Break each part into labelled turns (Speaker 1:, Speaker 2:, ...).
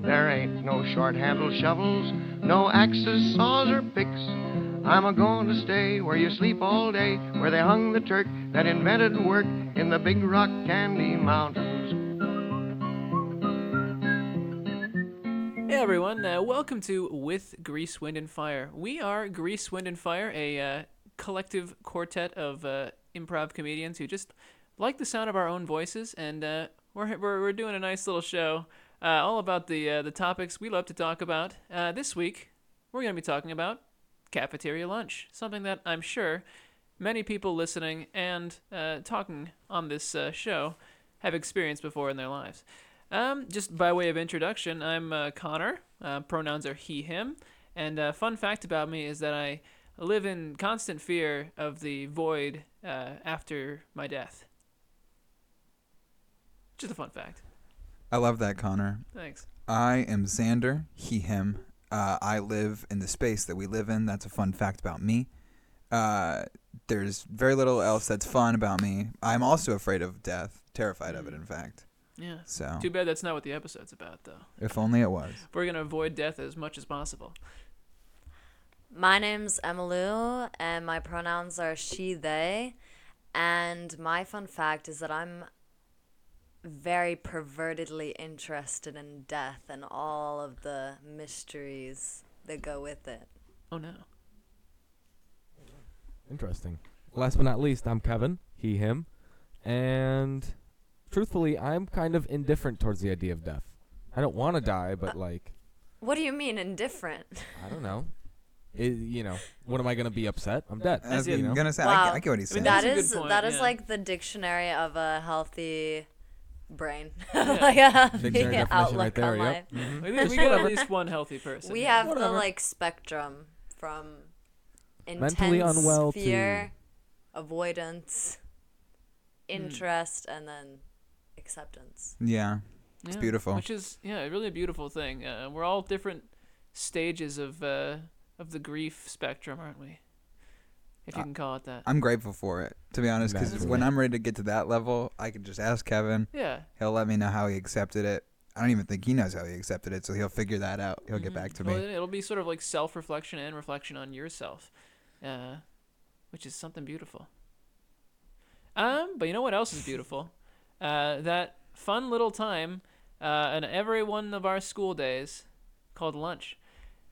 Speaker 1: There ain't no short handled shovels, no axes, saws, or picks. I'm a going to stay where you sleep all day, where they hung the Turk that invented work in the Big Rock Candy Mountains.
Speaker 2: Hey everyone, uh, welcome to With Grease, Wind, and Fire. We are Grease, Wind, and Fire, a uh, collective quartet of uh, improv comedians who just like the sound of our own voices, and uh, we're, we're, we're doing a nice little show uh, all about the, uh, the topics we love to talk about. Uh, this week, we're going to be talking about cafeteria lunch, something that I'm sure many people listening and uh, talking on this uh, show have experienced before in their lives. Um, just by way of introduction, I'm uh, Connor. Uh, pronouns are he, him. And uh, fun fact about me is that I live in constant fear of the void uh, after my death. Just a fun fact.
Speaker 3: I love that, Connor.
Speaker 2: Thanks.
Speaker 3: I am Xander, he, him. Uh, I live in the space that we live in. That's a fun fact about me. Uh, there's very little else that's fun about me. I'm also afraid of death, terrified of it, in fact.
Speaker 2: Yeah.
Speaker 3: So,
Speaker 2: Too bad that's not what the episode's about, though.
Speaker 3: if only it was.
Speaker 2: We're going to avoid death as much as possible.
Speaker 4: My name's Emmylou, and my pronouns are she, they. And my fun fact is that I'm very pervertedly interested in death and all of the mysteries that go with it.
Speaker 2: Oh, no.
Speaker 5: Interesting. Last but not least, I'm Kevin, he, him, and truthfully, I'm kind of indifferent towards the idea of death. I don't want to die, but like,
Speaker 4: What do you mean, indifferent?
Speaker 5: I don't know. I you know, what am I gonna be upset? I'm dead.
Speaker 3: I was
Speaker 5: you know?
Speaker 3: going to say, I,
Speaker 4: Wow.
Speaker 3: get- I get what he's
Speaker 2: I mean,
Speaker 3: saying.
Speaker 4: That
Speaker 2: That's a good
Speaker 4: is
Speaker 2: point,
Speaker 4: that is
Speaker 2: yeah.
Speaker 4: like the dictionary of a healthy brain, like a healthy
Speaker 5: Dictionary definition
Speaker 4: outlook
Speaker 5: right there,
Speaker 4: on
Speaker 5: yep.
Speaker 4: life.
Speaker 2: We, we got at least one healthy person.
Speaker 4: We have the
Speaker 5: Whatever.
Speaker 4: like spectrum from intense
Speaker 5: Mentally unwell to-
Speaker 4: fear, avoidance,
Speaker 5: Hmm.
Speaker 4: interest, and then acceptance.
Speaker 3: Yeah. It's
Speaker 2: Yeah,
Speaker 3: beautiful.
Speaker 2: Which is yeah, really a beautiful thing. Uh, we're all different stages of uh, of the grief spectrum, aren't we? If you
Speaker 3: Uh,
Speaker 2: can call it that.
Speaker 3: I'm grateful for it, to be honest, because
Speaker 5: Naturally.
Speaker 3: when I'm ready to get to that level, I can just ask Kevin.
Speaker 2: yeah.
Speaker 3: He'll let me know how he accepted it. I don't even think he knows how he accepted it, so he'll figure that out. He'll get back to
Speaker 2: Mm-hmm. Well,
Speaker 3: me.
Speaker 2: it'll be sort of like self reflection and reflection on yourself, uh, which is something beautiful. Um, but you know what else is beautiful? Uh, that fun little time uh, in every one of our school days called lunch,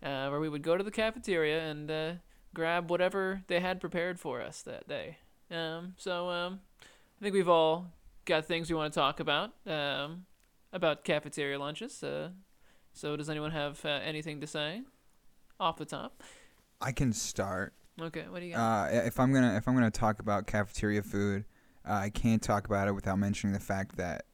Speaker 2: uh, where we would go to the cafeteria and uh, grab whatever they had prepared for us that day. Um, so um, I think we've all got things we want to talk about um, about cafeteria lunches. Uh, so does anyone have uh, anything to say off the top?
Speaker 3: I can start.
Speaker 2: Okay, what do you got?
Speaker 3: Uh, if I'm gonna if I'm gonna talk about cafeteria food, uh, I can't talk about it without mentioning the fact that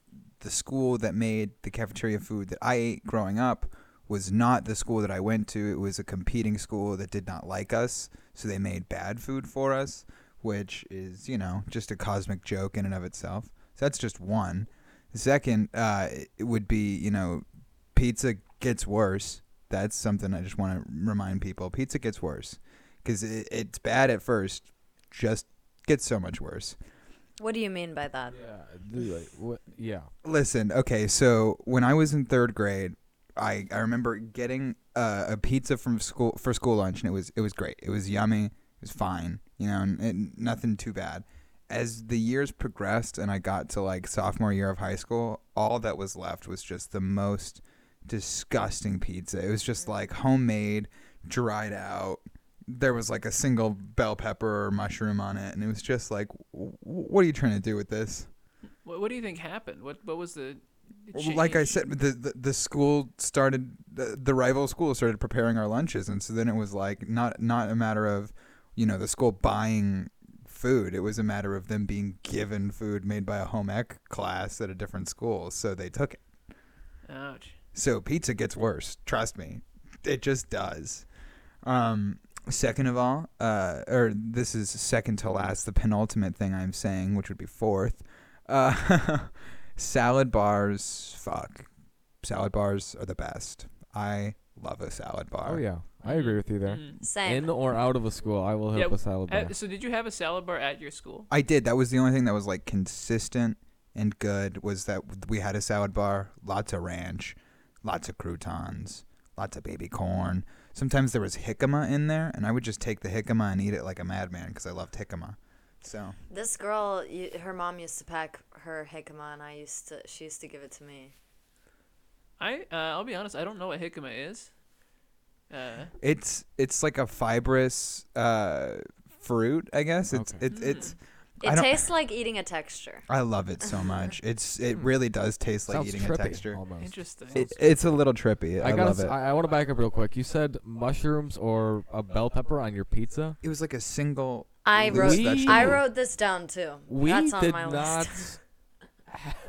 Speaker 3: the school that made the cafeteria food that I ate growing up was not the school that I went to. It was a competing school that did not like us, so they made bad food for us, which is you know just a cosmic joke in and of itself. So that's just one. The second, uh, it would be you know, pizza gets worse. That's something I just want to remind people. Pizza gets worse because it, it's bad at first, just gets so much worse.
Speaker 4: What do you mean by that?
Speaker 5: Yeah, dude, like, what- yeah.
Speaker 3: Listen, okay, so when I was in third grade, I, I remember getting uh, a pizza from school for school lunch, and it was it was great. It was yummy. It was fine, you know, and, and nothing too bad. As the years progressed, and I got to like sophomore year of high school, all that was left was just the most disgusting pizza. It was just like homemade, dried out. There was like a single bell pepper or mushroom on it, and it was just like, w- what are you trying to do with this?
Speaker 2: what, what do you think happened? What what was the
Speaker 3: Well, like I
Speaker 2: change?
Speaker 3: said, the, the the school started the, the rival school started preparing our lunches, and so then it was like not not a matter of you know the school buying food; it was a matter of them being given food made by a home ec class at a different school, so they took it.
Speaker 2: Ouch.
Speaker 3: So pizza gets worse. Trust me, it just does. Um, second of all, uh, or this is second to last, the penultimate thing I'm saying, which would be fourth. Uh, salad bars, fuck. Salad bars are the best. I love a salad bar.
Speaker 5: Oh yeah, I agree with you there.
Speaker 2: Mm.
Speaker 4: Same.
Speaker 5: In or out of a school, I will
Speaker 2: Yeah,
Speaker 5: help a salad bar.
Speaker 2: Uh, so did you have a salad bar at your school?
Speaker 3: I did. That was the only thing that was like consistent and good was that we had a salad bar, lots of ranch, lots of croutons, lots of baby corn. Sometimes there was jicama in there, and I would just take the jicama and eat it like a madman because I loved jicama. So
Speaker 4: This girl, you, her mom used to pack her jicama, and I used to. She used to give it to me.
Speaker 2: I uh, I'll be honest. I don't know what jicama is. Uh,
Speaker 3: it's it's like a fibrous uh, fruit, I guess. It's
Speaker 5: Okay.
Speaker 3: it's it's. I
Speaker 4: It
Speaker 3: don't-
Speaker 4: tastes like eating a texture.
Speaker 3: I love it so much. It's it really does taste like
Speaker 5: Sounds
Speaker 3: eating
Speaker 5: trippy,
Speaker 3: a texture.
Speaker 5: Almost.
Speaker 2: interesting.
Speaker 3: It, it's a little trippy. I,
Speaker 5: I, gotta,
Speaker 3: love
Speaker 5: s-
Speaker 3: it.
Speaker 5: I, want to back up real quick. You said mushrooms or a bell pepper on your pizza.
Speaker 3: it was like a single.
Speaker 4: I
Speaker 3: loose
Speaker 4: wrote.
Speaker 3: vegetable.
Speaker 4: I wrote this down too.
Speaker 5: We
Speaker 4: That's on
Speaker 5: did
Speaker 4: my
Speaker 5: not.
Speaker 4: list.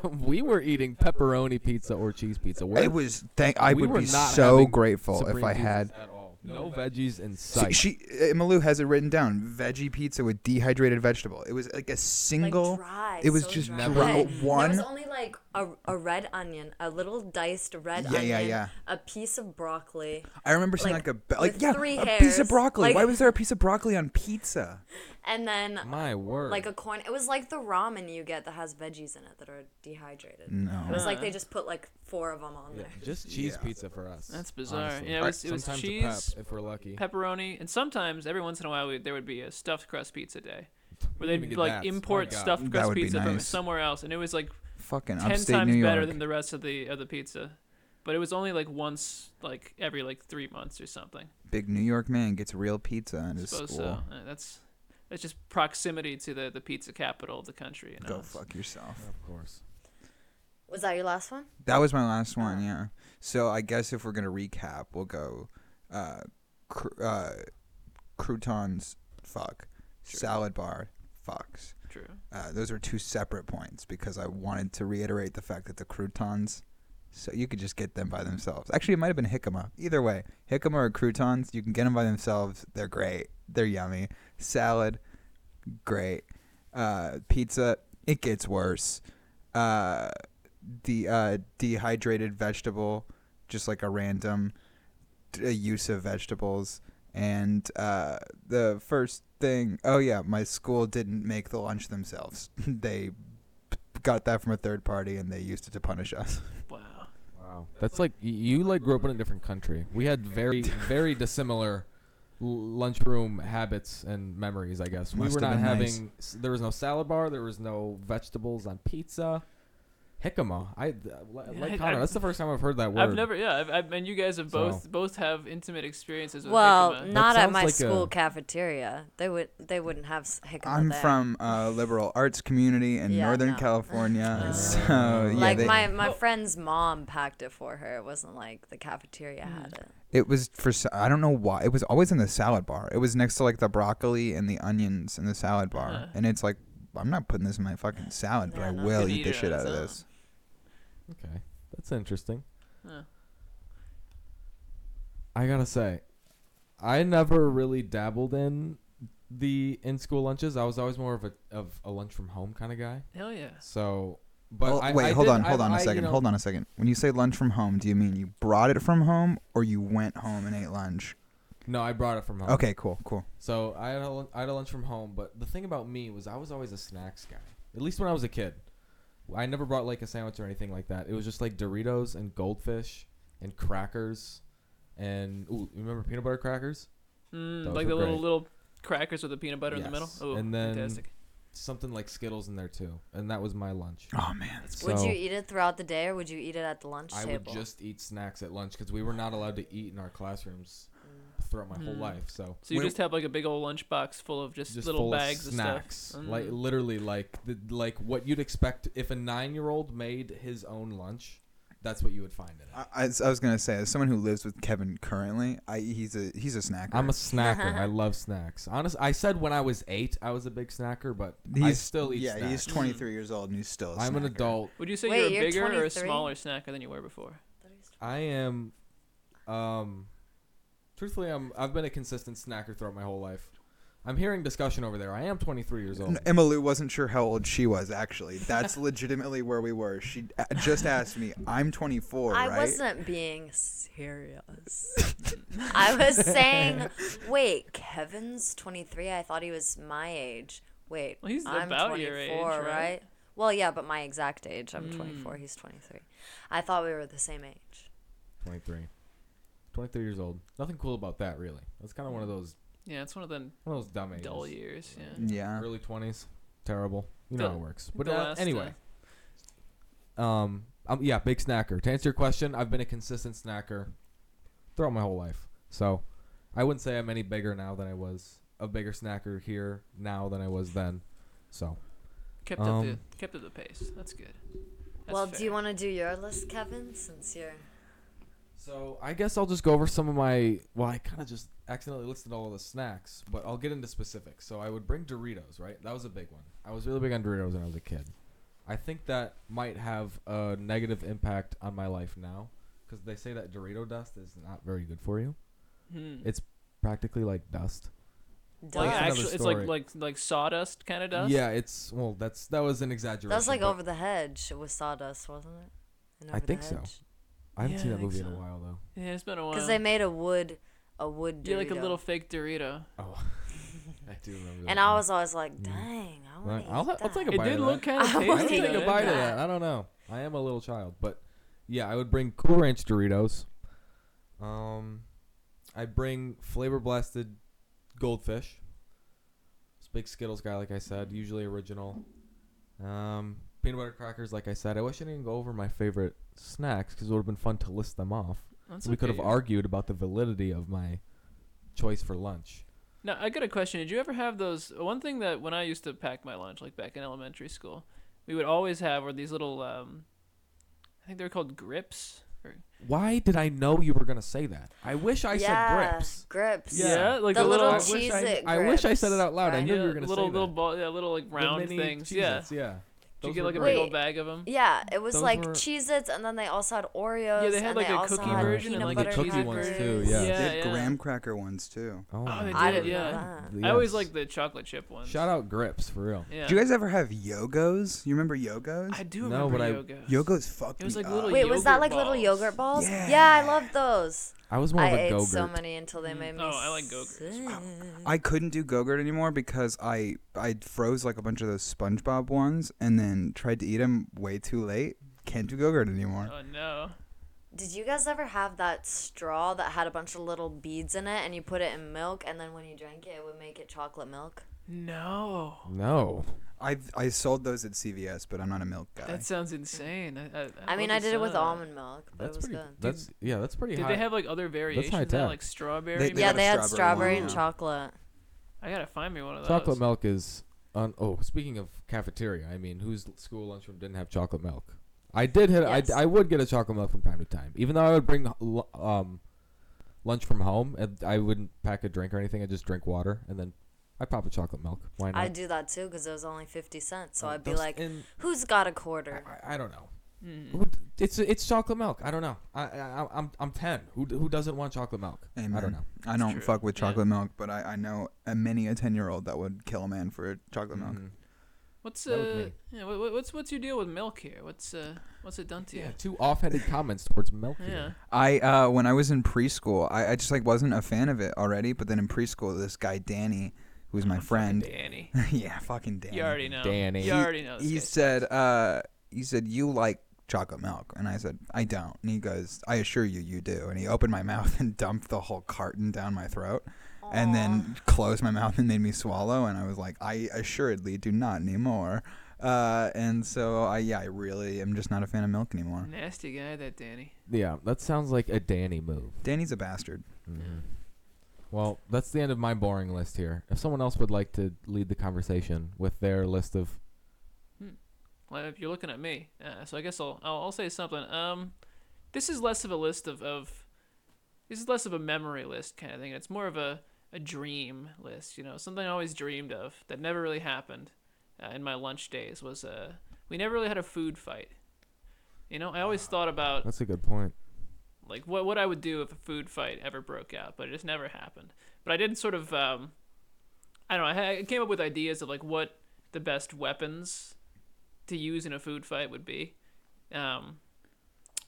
Speaker 5: we were eating pepperoni pizza or cheese pizza. We're,
Speaker 3: It was. Thank. I
Speaker 5: we
Speaker 3: would
Speaker 5: were
Speaker 3: be
Speaker 5: not
Speaker 3: so
Speaker 5: having
Speaker 3: grateful if
Speaker 5: supreme
Speaker 3: I
Speaker 5: pizzas
Speaker 3: had.
Speaker 5: at all. no veggies in
Speaker 3: See,
Speaker 5: sight.
Speaker 3: she uh, Malou has it written down. Veggie pizza with dehydrated vegetable. It was like a single.
Speaker 4: Like dry,
Speaker 3: it was
Speaker 4: so
Speaker 3: just
Speaker 4: dry.
Speaker 5: Never-
Speaker 3: dry-
Speaker 4: There
Speaker 3: one.
Speaker 4: was only like a, a red onion, a little diced red
Speaker 3: Yeah,
Speaker 4: onion,
Speaker 3: yeah, yeah.
Speaker 4: a piece of broccoli,
Speaker 3: I remember seeing like,
Speaker 4: like,
Speaker 3: a be-
Speaker 4: with
Speaker 3: like yeah
Speaker 4: three
Speaker 3: a piece
Speaker 4: hairs,
Speaker 3: of broccoli.
Speaker 4: like-
Speaker 3: Why was there a piece of broccoli on pizza?
Speaker 4: and then
Speaker 5: My word.
Speaker 4: like a corn. It was like the ramen you get that has veggies in it that are dehydrated. It
Speaker 3: No.
Speaker 4: was like they just put like four of them on
Speaker 5: Uh. Yeah,
Speaker 4: there.
Speaker 5: just cheese
Speaker 3: Yeah.
Speaker 5: pizza for us.
Speaker 2: That's bizarre.
Speaker 5: honestly.
Speaker 2: Yeah, it was- it was
Speaker 5: Sometimes a
Speaker 2: cheese,
Speaker 5: pep, if we're lucky.
Speaker 2: pepperoni, and sometimes every once in a while we, there would be a stuffed crust pizza day, where
Speaker 5: Even
Speaker 2: they'd
Speaker 5: get
Speaker 2: like
Speaker 5: that. Oh
Speaker 2: import
Speaker 5: My God.
Speaker 2: stuffed
Speaker 3: That
Speaker 2: crust
Speaker 3: would be
Speaker 2: pizza from
Speaker 3: nice.
Speaker 2: somewhere else, and it was like
Speaker 3: Fucking
Speaker 2: ten
Speaker 3: upstate
Speaker 2: times
Speaker 3: New York.
Speaker 2: better than the rest of the of the pizza. But it was only like once, like every like three months or something.
Speaker 3: Big New York man gets real pizza in
Speaker 2: I
Speaker 3: his
Speaker 2: suppose
Speaker 3: school.
Speaker 2: so. Uh, that's that's just proximity to the the pizza capital of the country. You know?
Speaker 3: Go
Speaker 2: It's-
Speaker 3: fuck yourself.
Speaker 5: Of course.
Speaker 4: Was that your last one?
Speaker 3: That was my last one, yeah. So I guess if we're gonna recap, we'll go uh, cr- uh, croutons, fuck, salad bar, fucks.
Speaker 2: True.
Speaker 3: Uh, those are two separate points because I wanted to reiterate the fact that the croutons, so you could just get them by themselves. Actually, it might have been jicama. Either way, jicama or croutons, you can get them by themselves. They're great. They're yummy. Salad, great. Uh, pizza, it gets worse. Uh, the uh, dehydrated vegetable, just like a random d- uh, use of vegetables. And uh, the first thing, oh yeah, my school didn't make the lunch themselves. they p- got that from a third party and they used it to punish us.
Speaker 2: Wow.
Speaker 5: Wow. That's like y- you like grew up in a different country. We had very very dissimilar l- lunchroom habits and memories, I guess. We
Speaker 3: Must
Speaker 5: were
Speaker 3: have
Speaker 5: not
Speaker 3: been nice.
Speaker 5: having s there was no salad bar, there was no vegetables on pizza. Jicama. I th- li-
Speaker 2: Yeah, I-
Speaker 5: like Connor,
Speaker 2: I-
Speaker 5: that's the first time I've heard that word.
Speaker 2: I've never, yeah, I've, I've, and you guys have both
Speaker 5: So-
Speaker 2: both have intimate experiences with
Speaker 4: Well,
Speaker 2: jicama.
Speaker 4: not at
Speaker 5: sounds
Speaker 4: my
Speaker 5: like
Speaker 4: school
Speaker 5: a-
Speaker 4: cafeteria. They would they wouldn't have s- jicama
Speaker 3: I'm
Speaker 4: there.
Speaker 3: from a liberal arts community in
Speaker 4: Yeah,
Speaker 3: Northern
Speaker 4: no. Oh.
Speaker 3: California. so, yeah,
Speaker 4: like
Speaker 3: they-
Speaker 4: my my friend's mom packed it for her. It wasn't like the cafeteria had it.
Speaker 3: It was for s- I don't know why. It was always in the salad bar. It was next to like the broccoli and the onions in the salad bar,
Speaker 2: Huh.
Speaker 3: and it's like I'm not putting this in my fucking salad, but
Speaker 4: Yeah,
Speaker 3: I
Speaker 4: no.
Speaker 3: will
Speaker 2: Could
Speaker 3: eat
Speaker 2: eat
Speaker 3: the
Speaker 2: it
Speaker 3: shit
Speaker 2: on
Speaker 3: out of
Speaker 2: its
Speaker 3: this.
Speaker 5: Okay. That's interesting.
Speaker 2: Huh.
Speaker 5: I gotta say, I never really dabbled in the in school lunches. I was always more of a of a lunch from home kind of guy.
Speaker 2: Hell yeah.
Speaker 5: So, but
Speaker 3: Oh,
Speaker 5: I,
Speaker 3: wait,
Speaker 5: I
Speaker 3: hold
Speaker 5: did-
Speaker 3: on, hold
Speaker 5: I-
Speaker 3: on a
Speaker 5: I, you
Speaker 3: second,
Speaker 5: know,
Speaker 3: hold on a second. When you say lunch from home, do you mean you brought it from home or you went home and ate lunch?
Speaker 5: No, I brought it from home.
Speaker 3: Okay, cool, cool.
Speaker 5: So I had, a, lun- I had a lunch from home, but the thing about me was I was always a snacks guy. At least when I was a kid, I never brought like a sandwich or anything like that. It was just like Doritos and goldfish and crackers, and ooh, you remember peanut butter crackers?
Speaker 2: Mm,
Speaker 5: Those
Speaker 2: like
Speaker 5: were
Speaker 2: the little
Speaker 5: great.
Speaker 2: little crackers with the peanut butter in the middle.
Speaker 5: Yes.
Speaker 2: Oh,
Speaker 5: And then-
Speaker 2: fantastic.
Speaker 5: Something like Skittles in there too, and that was my lunch.
Speaker 3: Oh man,
Speaker 4: would
Speaker 5: So-
Speaker 4: you eat it throughout the day or would you eat it at the lunch
Speaker 5: I would
Speaker 4: table?
Speaker 5: just eat snacks at lunch because we were not allowed to eat in our classrooms throughout my whole
Speaker 2: Mm.
Speaker 5: life. So
Speaker 2: So you
Speaker 3: Where-
Speaker 2: just have like a big old lunchbox full of just,
Speaker 5: just
Speaker 2: little
Speaker 5: full
Speaker 2: bags
Speaker 5: of
Speaker 2: of
Speaker 5: snacks,
Speaker 2: stuff.
Speaker 5: like
Speaker 2: Mm.
Speaker 5: literally like the, like what you'd expect if a nine-year-old made his own lunch. That's what you would find in it.
Speaker 3: I, I was I was gonna say, as someone who lives with Kevin currently, I he's a he's a snacker.
Speaker 5: I'm a snacker. I love snacks. Honest, I said when I was eight, I was a big snacker, but
Speaker 3: he's
Speaker 5: I still eat
Speaker 3: yeah, he's
Speaker 5: snacks.
Speaker 3: 23 years old and he's still. A
Speaker 5: I'm an
Speaker 3: snacker.
Speaker 5: adult.
Speaker 2: Would you say
Speaker 4: Wait,
Speaker 2: you're a bigger
Speaker 4: you're
Speaker 2: or a
Speaker 4: 23?
Speaker 2: smaller snacker than you were before?
Speaker 5: I am, um, truthfully, I'm. I've been a consistent snacker throughout my whole life. I'm hearing discussion over there. I am 23 years old.
Speaker 3: N- Emma Lou wasn't sure how old she was actually. That's legitimately where we were. She a- just asked me, "I'm 24,
Speaker 4: I
Speaker 3: right?"
Speaker 4: wasn't being serious. I was saying, wait, Kevin's 23. I thought he was my age. Wait,
Speaker 2: Well, he's
Speaker 4: I'm
Speaker 2: about
Speaker 4: 24,
Speaker 2: your age,
Speaker 4: right?
Speaker 2: right? Hmm.
Speaker 4: Well, yeah, but my exact age. I'm 24. He's 23. I thought we were the same age.
Speaker 5: 23. 23 years old. Nothing cool about that, really. That's kind of one of those
Speaker 2: Yeah, it's one of them
Speaker 5: one of those dumb ages.
Speaker 2: dull years.
Speaker 5: Mm.
Speaker 2: Yeah.
Speaker 3: Yeah.
Speaker 5: Early 20s. Terrible. You know
Speaker 2: The-
Speaker 5: how it works. But
Speaker 2: the
Speaker 5: uh,
Speaker 2: last,
Speaker 5: anyway. Um, um, yeah, big snacker. To answer your question, I've been a consistent snacker throughout my whole life. So I wouldn't say I'm any bigger now than I was. A bigger snacker here now than I was then. So
Speaker 2: Kept up
Speaker 5: Um,
Speaker 2: the kept up the pace. That's good. That's
Speaker 4: well, do
Speaker 2: fair.
Speaker 4: you want to do your list, Kevin? Since you're
Speaker 5: So I guess I'll just go over some of my. Well, I kind of just accidentally listed all of the snacks, but I'll get into specifics. So I would bring Doritos, right? That was a big one. I was really big on Doritos when I was a kid. I think that might have a negative impact on my life now, because they say that Dorito dust is not very good for you.
Speaker 2: Hmm.
Speaker 5: It's practically like dust.
Speaker 2: Like
Speaker 5: That's
Speaker 4: Duh.
Speaker 5: another
Speaker 2: actually, it's like
Speaker 5: story.
Speaker 2: like like sawdust kind of dust.
Speaker 5: Yeah, it's well, that's that was an exaggeration.
Speaker 4: that was like
Speaker 5: but
Speaker 4: over the hedge with sawdust, wasn't it? And
Speaker 5: I think so. I haven't
Speaker 2: Yeah,
Speaker 5: seen
Speaker 2: I
Speaker 5: that
Speaker 2: think
Speaker 5: movie in a
Speaker 2: so.
Speaker 5: while though.
Speaker 2: Yeah, it's been a while.
Speaker 4: Because they made a wood, a wood.
Speaker 2: you like a
Speaker 4: Dorito.
Speaker 2: little fake Dorito.
Speaker 5: Oh, I do remember. that
Speaker 4: And I
Speaker 5: now.
Speaker 4: was always like, dang, I
Speaker 5: Well,
Speaker 4: want to
Speaker 5: I'll,
Speaker 4: eat
Speaker 5: ha- I'll
Speaker 4: that.
Speaker 5: take a
Speaker 2: It
Speaker 5: bite
Speaker 2: did
Speaker 5: of
Speaker 2: look
Speaker 5: that.
Speaker 2: kind of
Speaker 4: I
Speaker 2: tasty.
Speaker 5: I
Speaker 4: wouldn't
Speaker 5: would take
Speaker 2: though,
Speaker 5: a
Speaker 4: do
Speaker 5: bite of
Speaker 4: that.
Speaker 5: that. I don't know. I am a little child, but yeah, I would bring Cool Ranch Doritos. Um, I bring flavor blasted goldfish. It's a big Skittles guy, like I said, usually original. Um, peanut butter crackers, like I said. I wish I didn't go over my favorite snacks because it would have been fun to list them off.
Speaker 2: That's
Speaker 5: we could have
Speaker 2: okay.
Speaker 5: argued about the validity of my choice for lunch.
Speaker 2: Now I got a question. Did you ever have those? One thing that when I used to pack my lunch, like back in elementary school, we would always have were these little. Um, I think they're called grips. Or,
Speaker 5: Why did I know you were gonna say that? I wish I
Speaker 4: yeah,
Speaker 5: said grips.
Speaker 4: grips.
Speaker 5: Yeah.
Speaker 2: like
Speaker 4: The
Speaker 2: the
Speaker 4: little
Speaker 2: little.
Speaker 5: I wish I-
Speaker 4: Cheez-It
Speaker 5: I wish I
Speaker 4: grips,
Speaker 5: said it out loud. I
Speaker 4: right?
Speaker 5: knew you
Speaker 2: yeah,
Speaker 5: were gonna
Speaker 2: little
Speaker 5: say
Speaker 2: little
Speaker 5: that.
Speaker 2: ball, yeah, little like
Speaker 5: The
Speaker 2: round
Speaker 5: mini
Speaker 2: things. Yeah.
Speaker 5: Cheez-Its, yeah.
Speaker 2: Did you get
Speaker 5: Those were
Speaker 2: like a
Speaker 5: great.
Speaker 2: big old
Speaker 4: Wait.
Speaker 2: bag of them?
Speaker 4: Yeah, it was
Speaker 5: Those
Speaker 4: like
Speaker 5: were-
Speaker 4: Cheez-Its, and then they also had Oreos.
Speaker 2: Yeah, they had
Speaker 4: and
Speaker 2: like
Speaker 4: they
Speaker 2: a
Speaker 4: also
Speaker 2: cookie
Speaker 4: had
Speaker 2: version and
Speaker 4: peanut
Speaker 2: like the
Speaker 4: butter
Speaker 2: cookie
Speaker 5: ones,
Speaker 4: crackers.
Speaker 5: too, yeah.
Speaker 3: They
Speaker 2: Yeah,
Speaker 3: had
Speaker 2: yeah.
Speaker 3: graham cracker ones too.
Speaker 5: Oh,
Speaker 2: Oh, they
Speaker 5: my
Speaker 4: I
Speaker 2: did,
Speaker 4: didn't
Speaker 2: yeah.
Speaker 4: know that.
Speaker 2: I always
Speaker 5: Yes.
Speaker 2: like the chocolate chip ones.
Speaker 5: Shout out grips for real.
Speaker 2: Yeah.
Speaker 3: Do you guys ever have yogos? You remember yogos?
Speaker 2: I do
Speaker 5: No,
Speaker 2: remember
Speaker 5: but I-
Speaker 2: yoga.
Speaker 3: Yogos fucked
Speaker 2: It was
Speaker 3: me
Speaker 2: like
Speaker 3: up.
Speaker 2: little
Speaker 4: Wait, was that
Speaker 2: yogurt
Speaker 4: like little
Speaker 2: balls.
Speaker 4: yogurt balls?
Speaker 3: Yeah.
Speaker 4: I loved those.
Speaker 5: I was more
Speaker 4: I
Speaker 5: of a Mm.
Speaker 4: ate
Speaker 5: go
Speaker 4: so many until they made me.
Speaker 2: Oh, I like Go-Gurts.
Speaker 4: sick.
Speaker 3: I couldn't do Go-Gurt anymore because I I froze like a bunch of those SpongeBob ones and then tried to eat them way too late. Can't do Go-Gurt anymore.
Speaker 2: Oh no.
Speaker 4: Did you guys ever have that straw that had a bunch of little beads in it, and you put it in milk, and then when you drank it, it would make it chocolate milk?
Speaker 2: No.
Speaker 5: No.
Speaker 3: I've I sold those at CVS, but I'm not a milk guy.
Speaker 2: That sounds insane. I, I,
Speaker 4: I, mean,
Speaker 2: love
Speaker 4: I
Speaker 2: the
Speaker 4: did it with
Speaker 2: sound.
Speaker 4: almond milk, but
Speaker 5: That's
Speaker 4: it was
Speaker 5: pretty
Speaker 4: good.
Speaker 5: that's yeah, that's pretty
Speaker 2: Did
Speaker 5: high.
Speaker 2: they have like other variations? of that,
Speaker 5: tech.
Speaker 2: like strawberry?
Speaker 3: They- they
Speaker 2: maybe?
Speaker 4: yeah,
Speaker 3: got a
Speaker 4: they had
Speaker 3: strawberry
Speaker 4: strawberry
Speaker 3: one,
Speaker 4: and
Speaker 3: yeah.
Speaker 4: chocolate.
Speaker 2: I gotta find me one of those.
Speaker 5: chocolate milk is on oh, speaking of cafeteria, I mean whose school lunchroom didn't have chocolate milk? I did hit
Speaker 4: Yes.
Speaker 5: I, I would get a chocolate milk from time to time. Even though I would bring lu- um lunch from home and I wouldn't pack a drink or anything, I'd just drink water and then I'd pop a chocolate milk. Why not?
Speaker 4: I'd do that too because it was only 50 cents. So I'd be
Speaker 5: Oh, Those-
Speaker 4: like,
Speaker 5: and-
Speaker 4: who's got a quarter?
Speaker 5: I, I don't know.
Speaker 2: Mm.
Speaker 5: Who d- It's it's chocolate milk. I don't know. I, I I'm I'm ten. Who d- who doesn't want chocolate milk?
Speaker 3: Amen.
Speaker 5: I don't know.
Speaker 3: I don't
Speaker 2: true.
Speaker 3: fuck with
Speaker 2: Yeah.
Speaker 3: chocolate milk, but I, I know a many a ten year old that would kill a man for chocolate milk.
Speaker 5: Mhm.
Speaker 2: What's
Speaker 5: That would
Speaker 2: uh?
Speaker 5: be-
Speaker 2: Yeah, what, what- what's what's your deal with milk here? What's uh? What's it done to you?
Speaker 5: Yeah, two offhanded comments towards milk.
Speaker 2: Yeah.
Speaker 5: here.
Speaker 3: I uh, when I was in preschool, I, I just like wasn't a fan of it already. But then in preschool, this guy Danny, who was my friend,
Speaker 2: Danny.
Speaker 3: yeah, fucking Danny.
Speaker 2: Oh, You already know.
Speaker 5: Danny.
Speaker 2: You already know. This
Speaker 3: he
Speaker 2: guy.
Speaker 3: said, uh, he said, you like chocolate milk. And I said, I don't. And he goes, I assure you, you do. And he opened my mouth and dumped the whole carton down my throat and then closed my mouth and made me swallow. And I was like, I assuredly do not anymore. Uh, and so I, yeah, I really am just not a fan of milk anymore.
Speaker 2: Nasty guy, that Danny.
Speaker 5: Yeah, that sounds like a Danny move.
Speaker 3: Danny's a bastard.
Speaker 5: Well, that's the end of my boring list here. If someone else would like to lead the conversation with their list of
Speaker 2: Well, if you're looking at me, uh, so I guess I'll, I'll I'll say something. Um, this is less of a list of, of this is less of a memory list kind of thing. It's more of a a dream list. You know, something I always dreamed of that never really happened uh, in my lunch days was uh we never really had a food fight. You know, I always thought about
Speaker 5: that's a good point.
Speaker 2: like what what I would do if a food fight ever broke out, but it just never happened. But I did sort of um, I don't know. I, ha- I came up with ideas of like what the best weapons to use in a food fight would be. Um,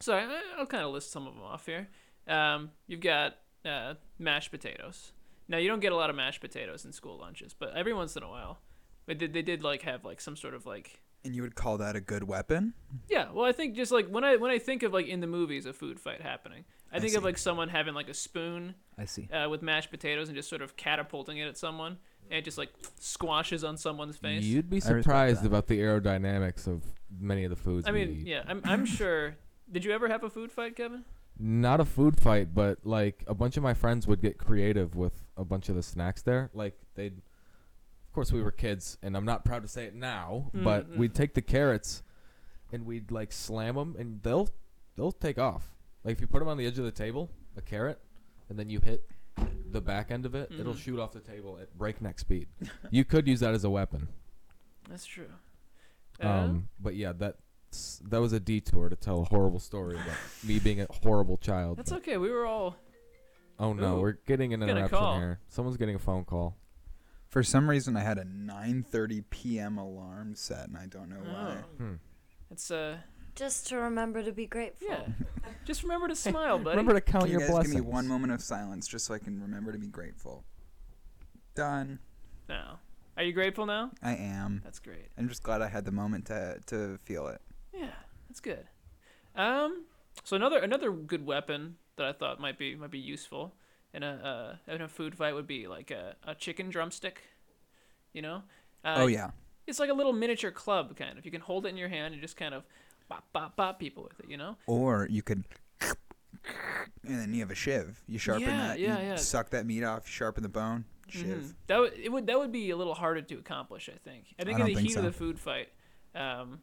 Speaker 2: so I, I- I'll kind of list some of them off here. Um, you've got uh, mashed potatoes. Now you don't get a lot of mashed potatoes in school lunches, but every once in a while, they did, they did like have like some sort of like
Speaker 3: And you would call that a good weapon?
Speaker 2: yeah, well, I think just like when I when I think of like in the movies a food fight happening, I, think of like someone having like a spoon
Speaker 3: I see.
Speaker 2: uh, with mashed potatoes and just sort of catapulting it at someone, and it just like squashes on someone's face.
Speaker 5: You'd be
Speaker 3: respect
Speaker 5: surprised
Speaker 3: that.
Speaker 5: about the aerodynamics of many of the foods.
Speaker 2: I
Speaker 5: we
Speaker 2: mean,
Speaker 5: eat.
Speaker 2: yeah, I'm, I'm sure. Did you ever have a food fight, Kevin?
Speaker 5: not a food fight, but like a bunch of my friends would get creative with a bunch of the snacks there. Like they'd, of course, we were kids, and I'm not proud to say it now, but
Speaker 2: Mm, mm.
Speaker 5: we'd take the carrots, and we'd like slam them, and they'll they'll take off. Like if you put them on the edge of the table, a carrot, and then you hit the back end of it, it'll
Speaker 2: Mhm.
Speaker 5: shoot off the table at breakneck speed. you could use that as a weapon.
Speaker 2: That's true. Uh,
Speaker 5: Um, but yeah, that that was a detour to tell a horrible story about me being a horrible child.
Speaker 2: that's
Speaker 5: but-
Speaker 2: okay. We were all
Speaker 5: Oh no,
Speaker 2: Ooh.
Speaker 5: we're getting an
Speaker 2: Get a
Speaker 5: interruption
Speaker 2: call.
Speaker 5: here. Someone's getting a phone call.
Speaker 3: For some reason, I had a 9:30 p.m. alarm set, and I don't know why.
Speaker 2: Oh.
Speaker 5: Hmm.
Speaker 2: It's uh
Speaker 4: Just to remember to be grateful.
Speaker 2: yeah. Just remember to smile, buddy.
Speaker 5: Remember to count
Speaker 3: Can you
Speaker 5: your
Speaker 3: guys
Speaker 5: blessings.
Speaker 3: give me one moment of silence just so I can remember to be grateful? Done.
Speaker 2: now. Are you grateful now?
Speaker 3: I am.
Speaker 2: That's great.
Speaker 3: I'm just glad I had the moment to to feel it.
Speaker 2: Yeah, that's good. Um, so another another good weapon that I thought might be might be useful in a uh, in a food fight would be like a, a chicken drumstick. You know. Uh,
Speaker 3: oh yeah.
Speaker 2: It's like a little miniature club kind of. You can hold it in your hand and just kind of bop bop bop people with it. You know.
Speaker 3: Or you could, and then you have a shiv. You sharpen
Speaker 2: Yeah,
Speaker 3: that.
Speaker 2: yeah,
Speaker 3: you
Speaker 2: yeah.
Speaker 3: Suck that meat off. You sharpen the bone. Shiv.
Speaker 2: Mhm. That would it would that would be a little harder to accomplish. I think. I think in
Speaker 3: don't
Speaker 2: the
Speaker 3: think
Speaker 2: heat of
Speaker 3: so.
Speaker 2: the food fight, um,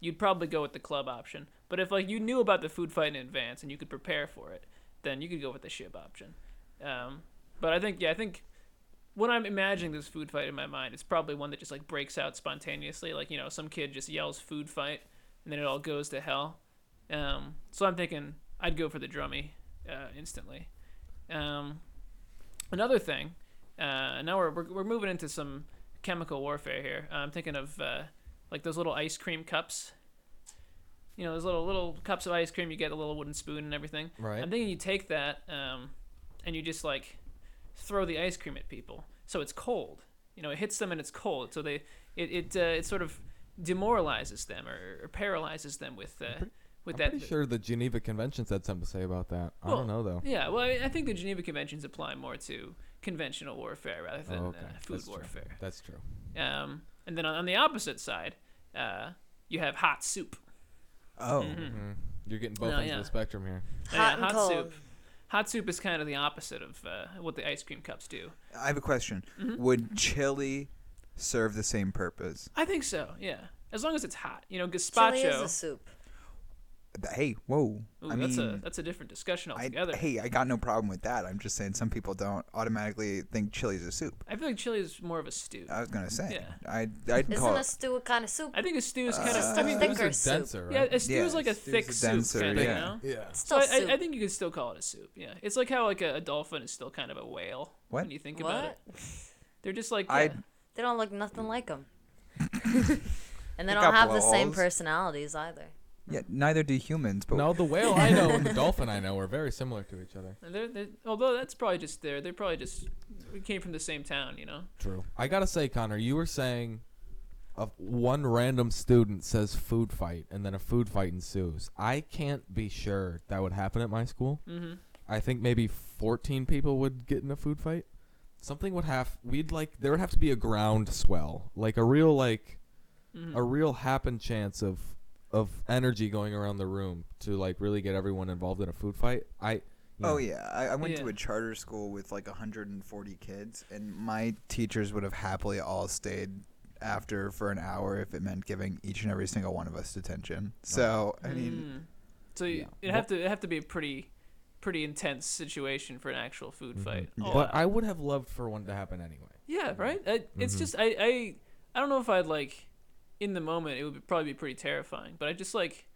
Speaker 2: you'd probably go with the club option. But if like you knew about the food fight in advance and you could prepare for it, then you could go with the ship option. Um, but I think yeah, I think when I'm imagining this food fight in my mind, it's probably one that just like breaks out spontaneously. Like you know, some kid just yells "food fight," and then it all goes to hell. Um, so I'm thinking I'd go for the drummy uh, instantly. Um, another thing uh, now we're, we're, we're moving into some chemical warfare here Uh, i'm thinking of uh, like those little ice cream cups you know those little little cups of ice cream you get a little wooden spoon and everything
Speaker 5: Right.
Speaker 2: i'm thinking you take that um, and you just like throw the ice cream at people so it's cold you know it hits them and it's cold so they it it, uh, it sort of demoralizes them or, or paralyzes them with uh, with
Speaker 5: I'm
Speaker 2: that
Speaker 5: pretty sure the Geneva Convention had something to say about that. I
Speaker 2: Well,
Speaker 5: don't know though.
Speaker 2: yeah, well, I, mean, I think the Geneva Conventions apply more to conventional warfare rather than
Speaker 5: Oh, okay.
Speaker 2: uh, food
Speaker 5: That's true.
Speaker 2: warfare.
Speaker 5: That's true.
Speaker 2: Um, and then on, on the opposite side, uh, you have hot soup.
Speaker 3: Oh.
Speaker 2: Mm-hmm.
Speaker 5: Mm. You're getting both
Speaker 2: No,
Speaker 5: ends
Speaker 2: yeah.
Speaker 5: of the spectrum here.
Speaker 2: Uh,
Speaker 4: Hot and
Speaker 2: hot
Speaker 4: cold.
Speaker 2: soup. Hot soup is kind of the opposite of uh, what the ice cream cups do.
Speaker 3: Oh, I have a question.
Speaker 2: Mm-hmm.
Speaker 3: Would chili serve the same purpose?
Speaker 2: I think so. Yeah, as long as it's hot. You know,
Speaker 4: Chili is
Speaker 2: gazpacho.
Speaker 4: a soup.
Speaker 3: Th- Hey, whoa.
Speaker 2: Ooh,
Speaker 3: I
Speaker 2: that's
Speaker 3: mean,
Speaker 2: a that's a different discussion
Speaker 3: I,
Speaker 2: altogether. I,
Speaker 3: hey, I got no problem with that. I'm just saying some people don't automatically think chili's a soup.
Speaker 2: feel like chili is more of a stew.
Speaker 3: I was gonna say.
Speaker 2: Yeah.
Speaker 3: I I'd
Speaker 4: Isn't
Speaker 3: call
Speaker 4: a
Speaker 3: it.
Speaker 4: stew a kind of soup?
Speaker 2: I think a stew is kind of.
Speaker 4: It's
Speaker 2: I
Speaker 4: just
Speaker 2: mean,
Speaker 4: thick.
Speaker 5: Those are
Speaker 4: soup.
Speaker 5: denser,
Speaker 2: yeah,
Speaker 5: right?
Speaker 2: a stew
Speaker 3: uh, Yeah,
Speaker 2: is like a
Speaker 3: stew's a
Speaker 2: thick soup
Speaker 3: denser,
Speaker 2: kind of. You
Speaker 3: yeah.
Speaker 2: know.
Speaker 4: It's
Speaker 2: So
Speaker 4: still soup.
Speaker 2: I, I think you could still call it a soup. Yeah, it's like how like a, a dolphin is still kind of a whale
Speaker 3: What?
Speaker 2: when you think
Speaker 4: what?
Speaker 2: about it. They're just like
Speaker 3: I
Speaker 2: yeah.
Speaker 4: They don't look nothing like them. and they
Speaker 3: They
Speaker 4: don't
Speaker 3: got
Speaker 4: have the same
Speaker 3: blowholes.
Speaker 4: personalities either.
Speaker 3: yeah. Neither do humans, but
Speaker 5: No, the whale I know and the dolphin I know are very similar to each other.
Speaker 2: They're, they're, although that's probably just there. They're probably just we came from the same town, you know.
Speaker 5: True. I gotta say, Connor, you were saying, a, one random student says food fight, and then a food fight ensues. I can't be sure that would happen at my school.
Speaker 2: Mm-hmm.
Speaker 5: I think maybe 14 people would get in a food fight. Something would have we'd like there would have to be a ground swell, like a real like a real happen chance of of energy going around the room to like really get everyone involved in a food fight. I you know,
Speaker 3: Oh yeah, I, I went to
Speaker 2: Yeah.
Speaker 3: a charter school with like 140 kids, and my teachers would have happily all stayed after for an hour if it meant giving each and every single one of us detention. So I mean,
Speaker 2: So you it have to it have to be a pretty pretty intense situation for an actual food
Speaker 3: Mm-hmm.
Speaker 2: fight. All
Speaker 5: but
Speaker 2: out.
Speaker 5: I would have loved for one to happen anyway.
Speaker 2: Yeah,
Speaker 5: Mm-hmm.
Speaker 2: right. I, It's just I, I I don't know if I'd like in the moment it would probably be pretty terrifying, but I just like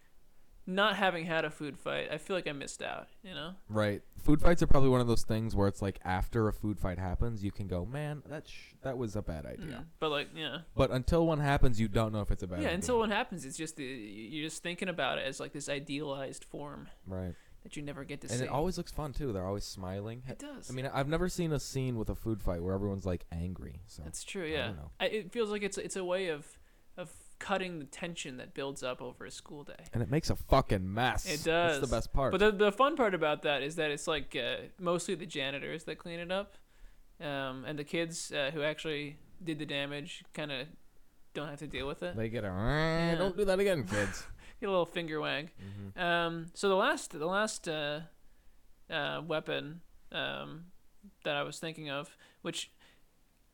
Speaker 2: not having had a food fight. I feel like I missed out. You know.
Speaker 5: Right. Food fights are probably one of those things where it's like after a food fight happens, you can go, "Man, that sh- that was a bad idea."
Speaker 2: Mm. But like yeah.
Speaker 5: But until one happens, you don't know if it's a bad
Speaker 2: yeah
Speaker 5: idea.
Speaker 2: until what happens it's just the, you're just thinking about it as like this idealized form
Speaker 5: right.
Speaker 2: that you never get to
Speaker 5: And
Speaker 2: see
Speaker 5: it always looks fun too. They're always smiling.
Speaker 2: It does
Speaker 5: I mean, I've never seen a scene with a food fight where everyone's like angry. So
Speaker 2: that's true
Speaker 5: I
Speaker 2: yeah
Speaker 5: don't know.
Speaker 2: I it feels like it's it's a way of of cutting the tension that builds up over a school day.
Speaker 5: and it makes a fucking mess.
Speaker 2: It
Speaker 5: That's
Speaker 2: does.
Speaker 5: the best part.
Speaker 2: But the, the fun part about that is that it's like uh, mostly the janitors that clean it up, um, and the kids uh, who actually did the damage kind of don't have to deal with it.
Speaker 5: they get a "Ah, don't do that again, kids.
Speaker 2: Get a little finger wag.
Speaker 5: Mm-hmm.
Speaker 2: Um, so the last the last uh, uh, weapon um, that I was thinking of, which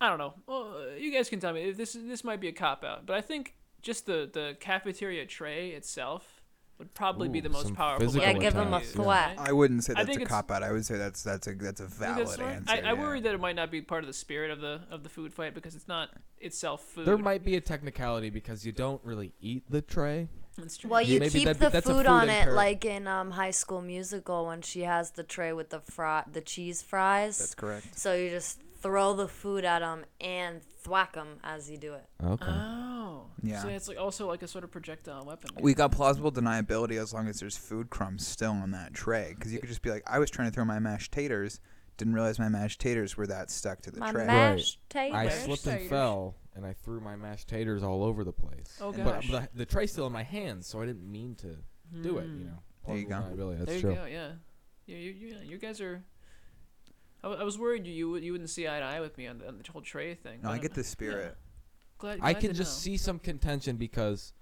Speaker 2: I don't know, well, you guys can tell me if this this might be a cop out, but I think just the the cafeteria tray itself would probably be
Speaker 5: Ooh,
Speaker 2: the most
Speaker 5: some
Speaker 2: powerful.
Speaker 5: physical
Speaker 2: weapon
Speaker 4: Yeah, give 'em a
Speaker 2: to use,
Speaker 4: thwack.
Speaker 2: right?
Speaker 3: I wouldn't
Speaker 2: I
Speaker 3: say that's a
Speaker 2: think it's-
Speaker 3: cop out. I would say that's that's a that's a
Speaker 2: I think
Speaker 3: valid
Speaker 2: that's smart.
Speaker 3: answer.
Speaker 2: I, I
Speaker 3: yeah.
Speaker 2: worry that it might not be part of the spirit of the of the food fight because it's not itself food.
Speaker 5: There might be a technicality because you don't really eat the tray.
Speaker 2: It's true.
Speaker 4: Well, you
Speaker 5: Maybe
Speaker 4: keep
Speaker 5: that'd be-
Speaker 4: the
Speaker 5: that's a
Speaker 4: food
Speaker 5: food
Speaker 4: on it
Speaker 5: imperative.
Speaker 4: like in um, High School Musical when she has the tray with the fry, the cheese fries.
Speaker 3: That's correct.
Speaker 4: So you just throw the food at them and thwack them as you do it.
Speaker 5: Okay.
Speaker 2: Oh,
Speaker 3: Yeah.
Speaker 2: So it's like also like a sort of projectile weapon.
Speaker 3: We got plausible deniability as long as there's food crumbs still on that tray, because you could just be like, I was trying to throw my mashed taters, didn't realize my mashed taters were that stuck to the
Speaker 4: My
Speaker 3: tray.
Speaker 4: mashed
Speaker 5: I
Speaker 4: taters.
Speaker 5: slipped and fell, and I threw my mashed taters all over the place.
Speaker 2: Oh,
Speaker 5: But
Speaker 2: gosh.
Speaker 5: the, the tray's still in my hands, so I didn't mean to do it. You know.
Speaker 3: There you
Speaker 5: Plausible deniability, That's
Speaker 2: Hmm. there you
Speaker 5: true.
Speaker 2: go. Yeah. You, you, you, yeah, you guys are. I, w- I was worried you, you would- you wouldn't see eye to eye with me on the, on the whole tray thing.
Speaker 3: no,
Speaker 2: but
Speaker 3: I
Speaker 2: I'm
Speaker 3: get the spirit.
Speaker 2: Glad,
Speaker 5: I
Speaker 2: glad
Speaker 5: can
Speaker 2: to
Speaker 5: just
Speaker 2: know.
Speaker 5: see some contention because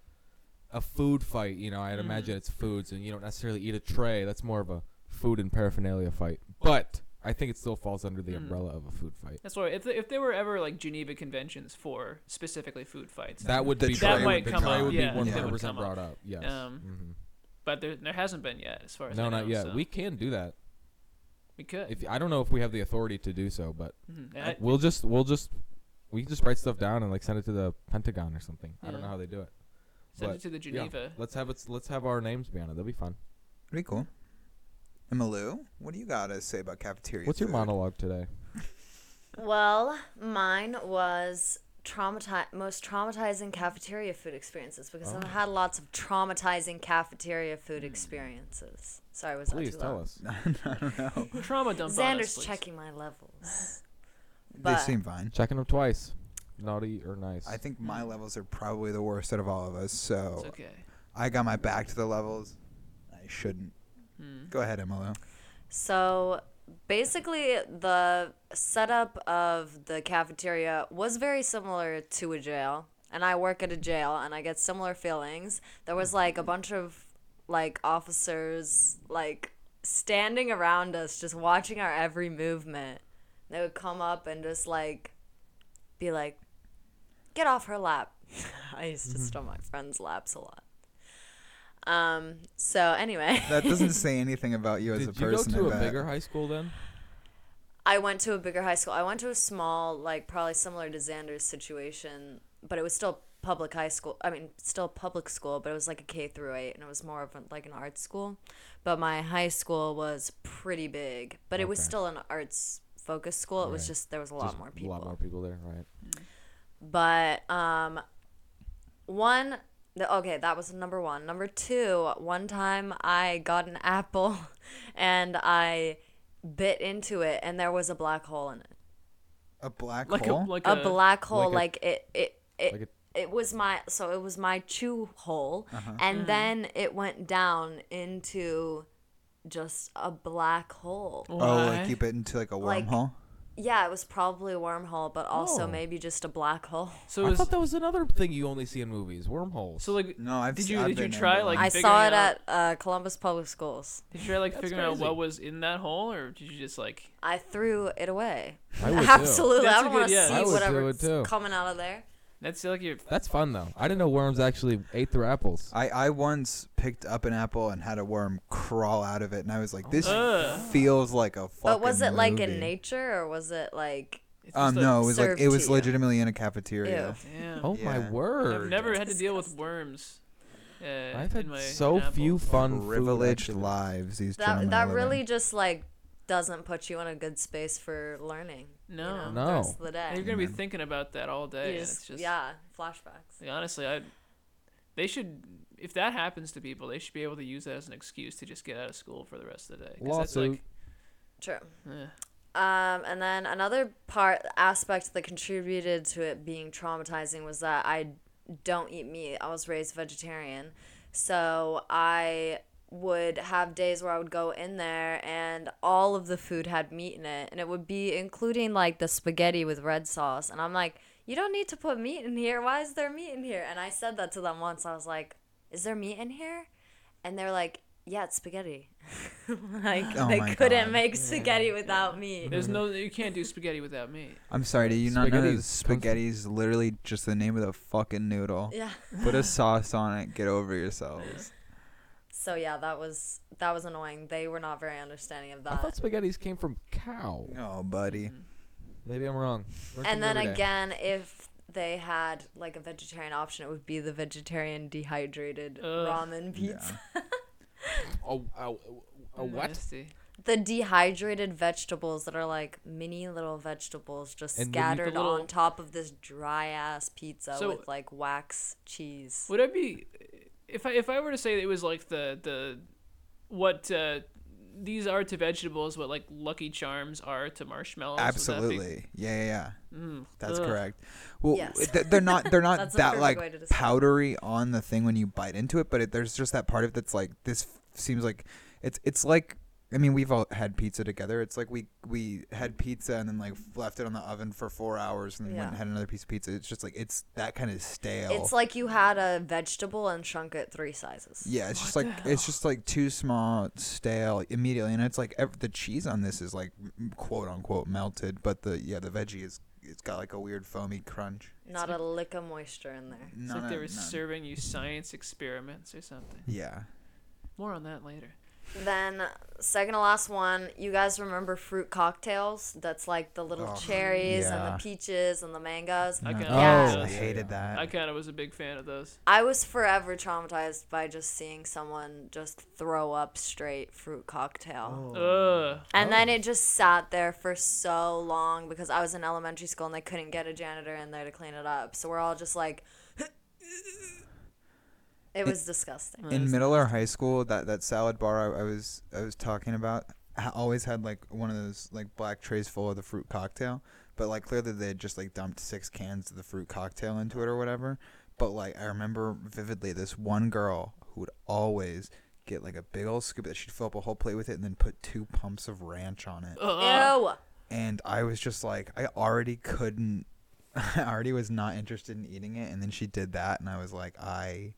Speaker 5: a food fight, you know, I'd
Speaker 2: Hmm.
Speaker 5: imagine it's foods and you don't necessarily eat a tray. That's more of a food and paraphernalia fight. But I think it still falls under the
Speaker 2: Hmm.
Speaker 5: umbrella of a food fight.
Speaker 2: That's why if the- if there were ever like Geneva conventions for specifically food fights,
Speaker 5: That would
Speaker 3: The
Speaker 5: be
Speaker 3: tray
Speaker 5: the
Speaker 3: might
Speaker 5: the
Speaker 3: come
Speaker 5: tray
Speaker 3: up,
Speaker 5: would
Speaker 2: yeah,
Speaker 5: be
Speaker 2: that would
Speaker 5: 100%
Speaker 2: come up.
Speaker 5: brought up. Yes.
Speaker 2: Um, but there, there hasn't been yet, as far
Speaker 5: Mhm.
Speaker 2: as
Speaker 5: Mm-hmm. No,
Speaker 2: I know,
Speaker 5: not yet.
Speaker 2: so
Speaker 5: We can do that.
Speaker 2: we could.
Speaker 5: If I don't know if we have the authority to do so, but
Speaker 2: Mhm. And I-
Speaker 5: we'll just we'll just we can just write stuff down and like send it to the Pentagon or something. I don't
Speaker 2: Yeah.
Speaker 5: know how they do it.
Speaker 2: send
Speaker 5: but
Speaker 2: it to the
Speaker 5: yeah,
Speaker 2: Geneva.
Speaker 5: Let's have it. Let's have our names be on it. That'll be fun.
Speaker 3: Pretty cool. And Malou, what do you got to say about cafeteria?
Speaker 5: What's your
Speaker 3: food?
Speaker 5: monologue today?
Speaker 4: Well, mine was traumati- most traumatizing cafeteria food experiences because
Speaker 5: Oh.
Speaker 4: I've had lots of traumatizing cafeteria food experiences. Sorry, was
Speaker 5: Please
Speaker 4: that too
Speaker 5: tell
Speaker 4: loud?
Speaker 5: us.
Speaker 2: Trauma dump. on us,
Speaker 4: Xander's
Speaker 2: please.
Speaker 4: checking my levels.
Speaker 3: They
Speaker 4: But
Speaker 3: seem fine.
Speaker 5: Checking them twice. Naughty or nice.
Speaker 3: I think
Speaker 4: Mm.
Speaker 3: my levels are probably the worst out of all of us, so
Speaker 2: It's okay.
Speaker 3: I got my back to the levels. I shouldn't.
Speaker 4: Hmm.
Speaker 3: Go ahead, Emily.
Speaker 4: So basically, the setup of the cafeteria was very similar to a jail. And I work at a jail and I get similar feelings. There was like a bunch of like officers like standing around us, just watching our every movement. They would come up and just like be like, get off her lap. I used to sit on my friends' laps a lot. Um, so anyway.
Speaker 3: That doesn't say anything about you as
Speaker 5: Did
Speaker 3: a
Speaker 5: you go
Speaker 3: person.
Speaker 5: to
Speaker 3: I
Speaker 5: a
Speaker 3: bet.
Speaker 5: bigger high school then?
Speaker 4: I went to a bigger high school. I went to a small, like probably similar to Xander's situation, but it was still public high school. I mean, still public school, but it was like a K through eight, and it was more of a, like an art school. But my high school was pretty big, but it was
Speaker 5: Okay.
Speaker 4: still an arts focused school. It was
Speaker 5: Right.
Speaker 4: just there was a lot
Speaker 5: Just
Speaker 4: more people.
Speaker 5: A lot more people there, right?
Speaker 4: But um, one, the, okay, that was number one. Number two, one time I got an apple, and I bit into it, and there was a black hole in it.
Speaker 3: A black
Speaker 2: Like a
Speaker 3: hole.
Speaker 2: like
Speaker 4: a black hole
Speaker 5: like
Speaker 4: like, it it it,
Speaker 5: like
Speaker 4: it was my so it was my chew hole
Speaker 5: Uh-huh.
Speaker 4: and
Speaker 2: Mm.
Speaker 4: then it went down into just a black hole
Speaker 3: oh,
Speaker 2: Why?
Speaker 3: like you bit into like a
Speaker 4: Like-
Speaker 3: wormhole.
Speaker 4: yeah it was probably a wormhole but also
Speaker 5: Oh.
Speaker 4: maybe just a black hole
Speaker 2: So
Speaker 5: I
Speaker 2: it was
Speaker 5: thought that was another thing you only see in movies, wormholes.
Speaker 2: so like.
Speaker 3: No, I've
Speaker 2: did
Speaker 3: s-
Speaker 2: you
Speaker 3: I've
Speaker 2: did you
Speaker 3: been
Speaker 2: try
Speaker 3: into
Speaker 2: like
Speaker 3: one.
Speaker 4: i
Speaker 2: figuring
Speaker 4: saw it
Speaker 2: out,
Speaker 4: at uh, columbus public schools
Speaker 2: Did you try like
Speaker 5: That's
Speaker 2: figuring out
Speaker 5: crazy.
Speaker 2: what was in that hole, or did you just like?
Speaker 4: i threw it away
Speaker 5: I would too.
Speaker 4: absolutely
Speaker 2: That's
Speaker 4: i
Speaker 2: a
Speaker 4: don't
Speaker 2: good-
Speaker 4: want to
Speaker 2: yeah. I
Speaker 5: would
Speaker 4: see
Speaker 5: do
Speaker 4: whatever's
Speaker 5: it too.
Speaker 4: coming out of there
Speaker 2: That's like your.
Speaker 5: That's fun though. I didn't know worms actually ate their apples.
Speaker 3: I, I once picked up an apple and had a worm crawl out of it, and I was like, "This
Speaker 2: Ugh.
Speaker 3: feels like a fucking."
Speaker 4: but was it like in
Speaker 3: movie.
Speaker 4: nature or was it like
Speaker 2: It's
Speaker 5: Uh,
Speaker 3: Um,
Speaker 2: just a-
Speaker 3: no, it was like
Speaker 4: served
Speaker 3: it
Speaker 4: to
Speaker 3: was
Speaker 4: you?
Speaker 3: legitimately in a cafeteria.
Speaker 4: ew
Speaker 2: Damn.
Speaker 5: oh
Speaker 3: Yeah.
Speaker 5: my word!
Speaker 2: I've never had to deal with worms. Uh,
Speaker 5: I've had
Speaker 2: in my
Speaker 5: so
Speaker 2: apple.
Speaker 5: few fun food
Speaker 3: Privileged
Speaker 5: activities.
Speaker 3: lives these
Speaker 4: that
Speaker 3: gentlemen
Speaker 4: that
Speaker 3: live in.
Speaker 4: really just like doesn't put you in a good space for learning. you
Speaker 2: No.
Speaker 4: know,
Speaker 5: No.
Speaker 4: The rest of the
Speaker 2: And
Speaker 4: day.
Speaker 2: You're gonna be thinking about that all day.
Speaker 4: You
Speaker 2: and
Speaker 4: just-
Speaker 2: it's just,
Speaker 4: yeah, flashbacks.
Speaker 2: like, honestly, I. They should, if that happens to people, they should be able to use that as an excuse to just get out of school for the rest of the day. 'Cause that's,
Speaker 5: Lawsuit.
Speaker 2: like,
Speaker 4: True. Um, and then another part aspect that contributed to it being traumatizing was that I don't eat meat. I was raised vegetarian. So I would have days where I would go in there and all of the food had meat in it. And it would be including like the spaghetti with red sauce. And I'm like, you don't need to put meat in here. Why is there meat in here? And I said that to them once. I was like, is there meat in here? And they're like, yeah, it's spaghetti. like,
Speaker 3: Oh
Speaker 4: they
Speaker 3: my
Speaker 4: couldn't
Speaker 3: God.
Speaker 4: make spaghetti without meat.
Speaker 5: Mm-hmm.
Speaker 2: There's no you can't do spaghetti without meat.
Speaker 3: I'm sorry, did you not know
Speaker 5: Spaghetti
Speaker 3: that spaghetti's literally just the name of the fucking noodle?
Speaker 4: Yeah.
Speaker 3: Put a sauce on it. Get over yourselves.
Speaker 4: So yeah, that was that was annoying. They were not very understanding of
Speaker 5: I
Speaker 4: that.
Speaker 5: thought spaghetti's came from cow.
Speaker 3: Oh, buddy.
Speaker 5: Maybe I'm wrong. Learn from
Speaker 4: and then
Speaker 5: Riverdale.
Speaker 4: again, if they had like a vegetarian option, it would be the vegetarian dehydrated
Speaker 2: Ugh.
Speaker 4: ramen pizza.
Speaker 5: Oh, oh, oh, oh, what?
Speaker 2: Nasty.
Speaker 4: The dehydrated vegetables that are like mini little vegetables just
Speaker 5: And then you- the
Speaker 4: scattered
Speaker 2: little-
Speaker 4: on top of this dry ass pizza
Speaker 2: So-
Speaker 4: with like wax cheese.
Speaker 2: Would I be if I if I were to say it was like the the what uh, these are to vegetables what like Lucky Charms are to marshmallows? would that be-
Speaker 3: Absolutely. Yeah, yeah, yeah. That's
Speaker 2: Ugh.
Speaker 3: correct. Well,
Speaker 4: Mm, Yes.
Speaker 3: th- they're not they're not
Speaker 4: That's a
Speaker 3: that
Speaker 4: perfect
Speaker 3: like
Speaker 4: way to describe it.
Speaker 3: powdery on the thing when you bite into it, but it, there's just that part of it that's like this f- seems like it's it's like I mean we've all had pizza together. It's like we we had pizza and then like left it on the oven for four hours and then went and
Speaker 4: Yeah.
Speaker 3: had another piece of pizza. It's just like it's that kind of stale.
Speaker 4: It's like you had a vegetable and shrunk it three sizes.
Speaker 3: Yeah, it's just like it's just like too small, stale immediately, and it's like ev- the cheese on this is like m- quote unquote melted, but the yeah the veggie is it's got like a weird foamy crunch.
Speaker 4: Not a lick of moisture in there.
Speaker 2: It's
Speaker 3: None
Speaker 2: like they
Speaker 3: of-
Speaker 2: were
Speaker 3: none.
Speaker 2: serving you science experiments or something.
Speaker 3: Yeah,
Speaker 2: More on that later.
Speaker 4: Then second to last one, you guys remember fruit cocktails? That's like the little
Speaker 3: Oh,
Speaker 4: cherries and
Speaker 3: yeah.
Speaker 4: the peaches and the mangoes.
Speaker 2: I kinda
Speaker 4: Oh, Yeah.
Speaker 3: I
Speaker 2: was,
Speaker 3: hated
Speaker 5: Uh,
Speaker 3: that.
Speaker 2: I kind of was a big fan of those.
Speaker 4: I was forever traumatized by just seeing someone just throw up straight
Speaker 2: Oh.
Speaker 4: fruit
Speaker 5: oh,
Speaker 4: cocktail.
Speaker 2: Ugh.
Speaker 4: And then it just sat there for so long because I was in elementary school and they couldn't get a janitor in there to clean it up. So we're all just like It was disgusting.
Speaker 3: in middle or high school, that that salad bar I, I was I was talking about ha- always had like one of those like black trays full of the fruit cocktail, but like clearly they had just like dumped six cans of the fruit cocktail into it or whatever. But like I remember vividly this one girl who would always get like a big old scoop that she'd fill up a whole plate with it and then put two pumps of ranch on it.
Speaker 4: Ew.
Speaker 3: And I was just like I already couldn't I already was not interested in eating it and then she did that and I was like I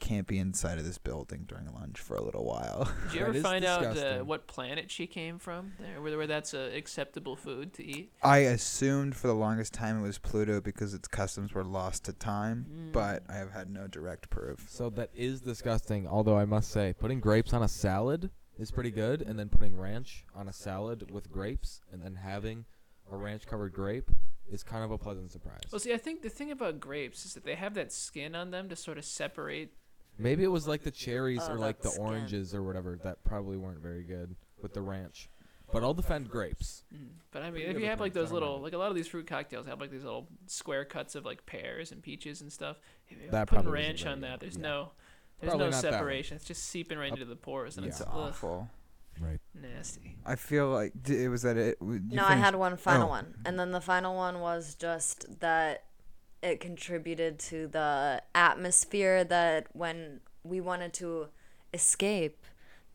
Speaker 3: can't be inside of this building during lunch for a little while.
Speaker 2: Did you
Speaker 5: That
Speaker 2: ever
Speaker 5: is
Speaker 2: find out uh,
Speaker 5: disgusting.
Speaker 2: what planet she came from? There, where, where that's uh, acceptable food to eat.
Speaker 3: I assumed for the longest time it was Pluto because its customs were lost to time, but I have had no direct proof.
Speaker 5: So that is disgusting. Although I must say, putting grapes on a salad is pretty good, and then putting ranch on a salad with grapes, and then having a ranch-covered grape is kind of a pleasant surprise.
Speaker 2: Well, see, I think the thing about grapes is that they have that skin on them to sort of separate.
Speaker 5: Maybe it was like the cherries
Speaker 4: Oh,
Speaker 5: or like the
Speaker 4: that's good.
Speaker 5: oranges or whatever that probably weren't very good with the ranch. But I'll defend grapes.
Speaker 2: But I mean,
Speaker 5: Pretty
Speaker 2: if
Speaker 5: good
Speaker 2: you have like
Speaker 5: appearance,
Speaker 2: those
Speaker 5: I don't
Speaker 2: little,
Speaker 5: mind
Speaker 2: like a lot of these fruit cocktails have like these little square cuts of like pears and peaches and stuff. If you're
Speaker 5: That
Speaker 2: putting
Speaker 5: probably wasn't
Speaker 2: ranch
Speaker 5: very
Speaker 2: on
Speaker 5: good.
Speaker 2: that, there's
Speaker 5: Yeah.
Speaker 2: no, there's
Speaker 5: Probably
Speaker 2: no
Speaker 5: not that one.
Speaker 2: separation. It's just seeping right into the pores, and
Speaker 5: Yeah.
Speaker 2: it's
Speaker 3: It's
Speaker 2: ugh,
Speaker 3: awful.
Speaker 5: Right.
Speaker 2: nasty.
Speaker 3: I feel like d- it was that it. w- You
Speaker 4: no, I
Speaker 3: finished-
Speaker 4: had one final
Speaker 3: Oh.
Speaker 4: one. And then the final one was just that it contributed to the atmosphere that when we wanted to escape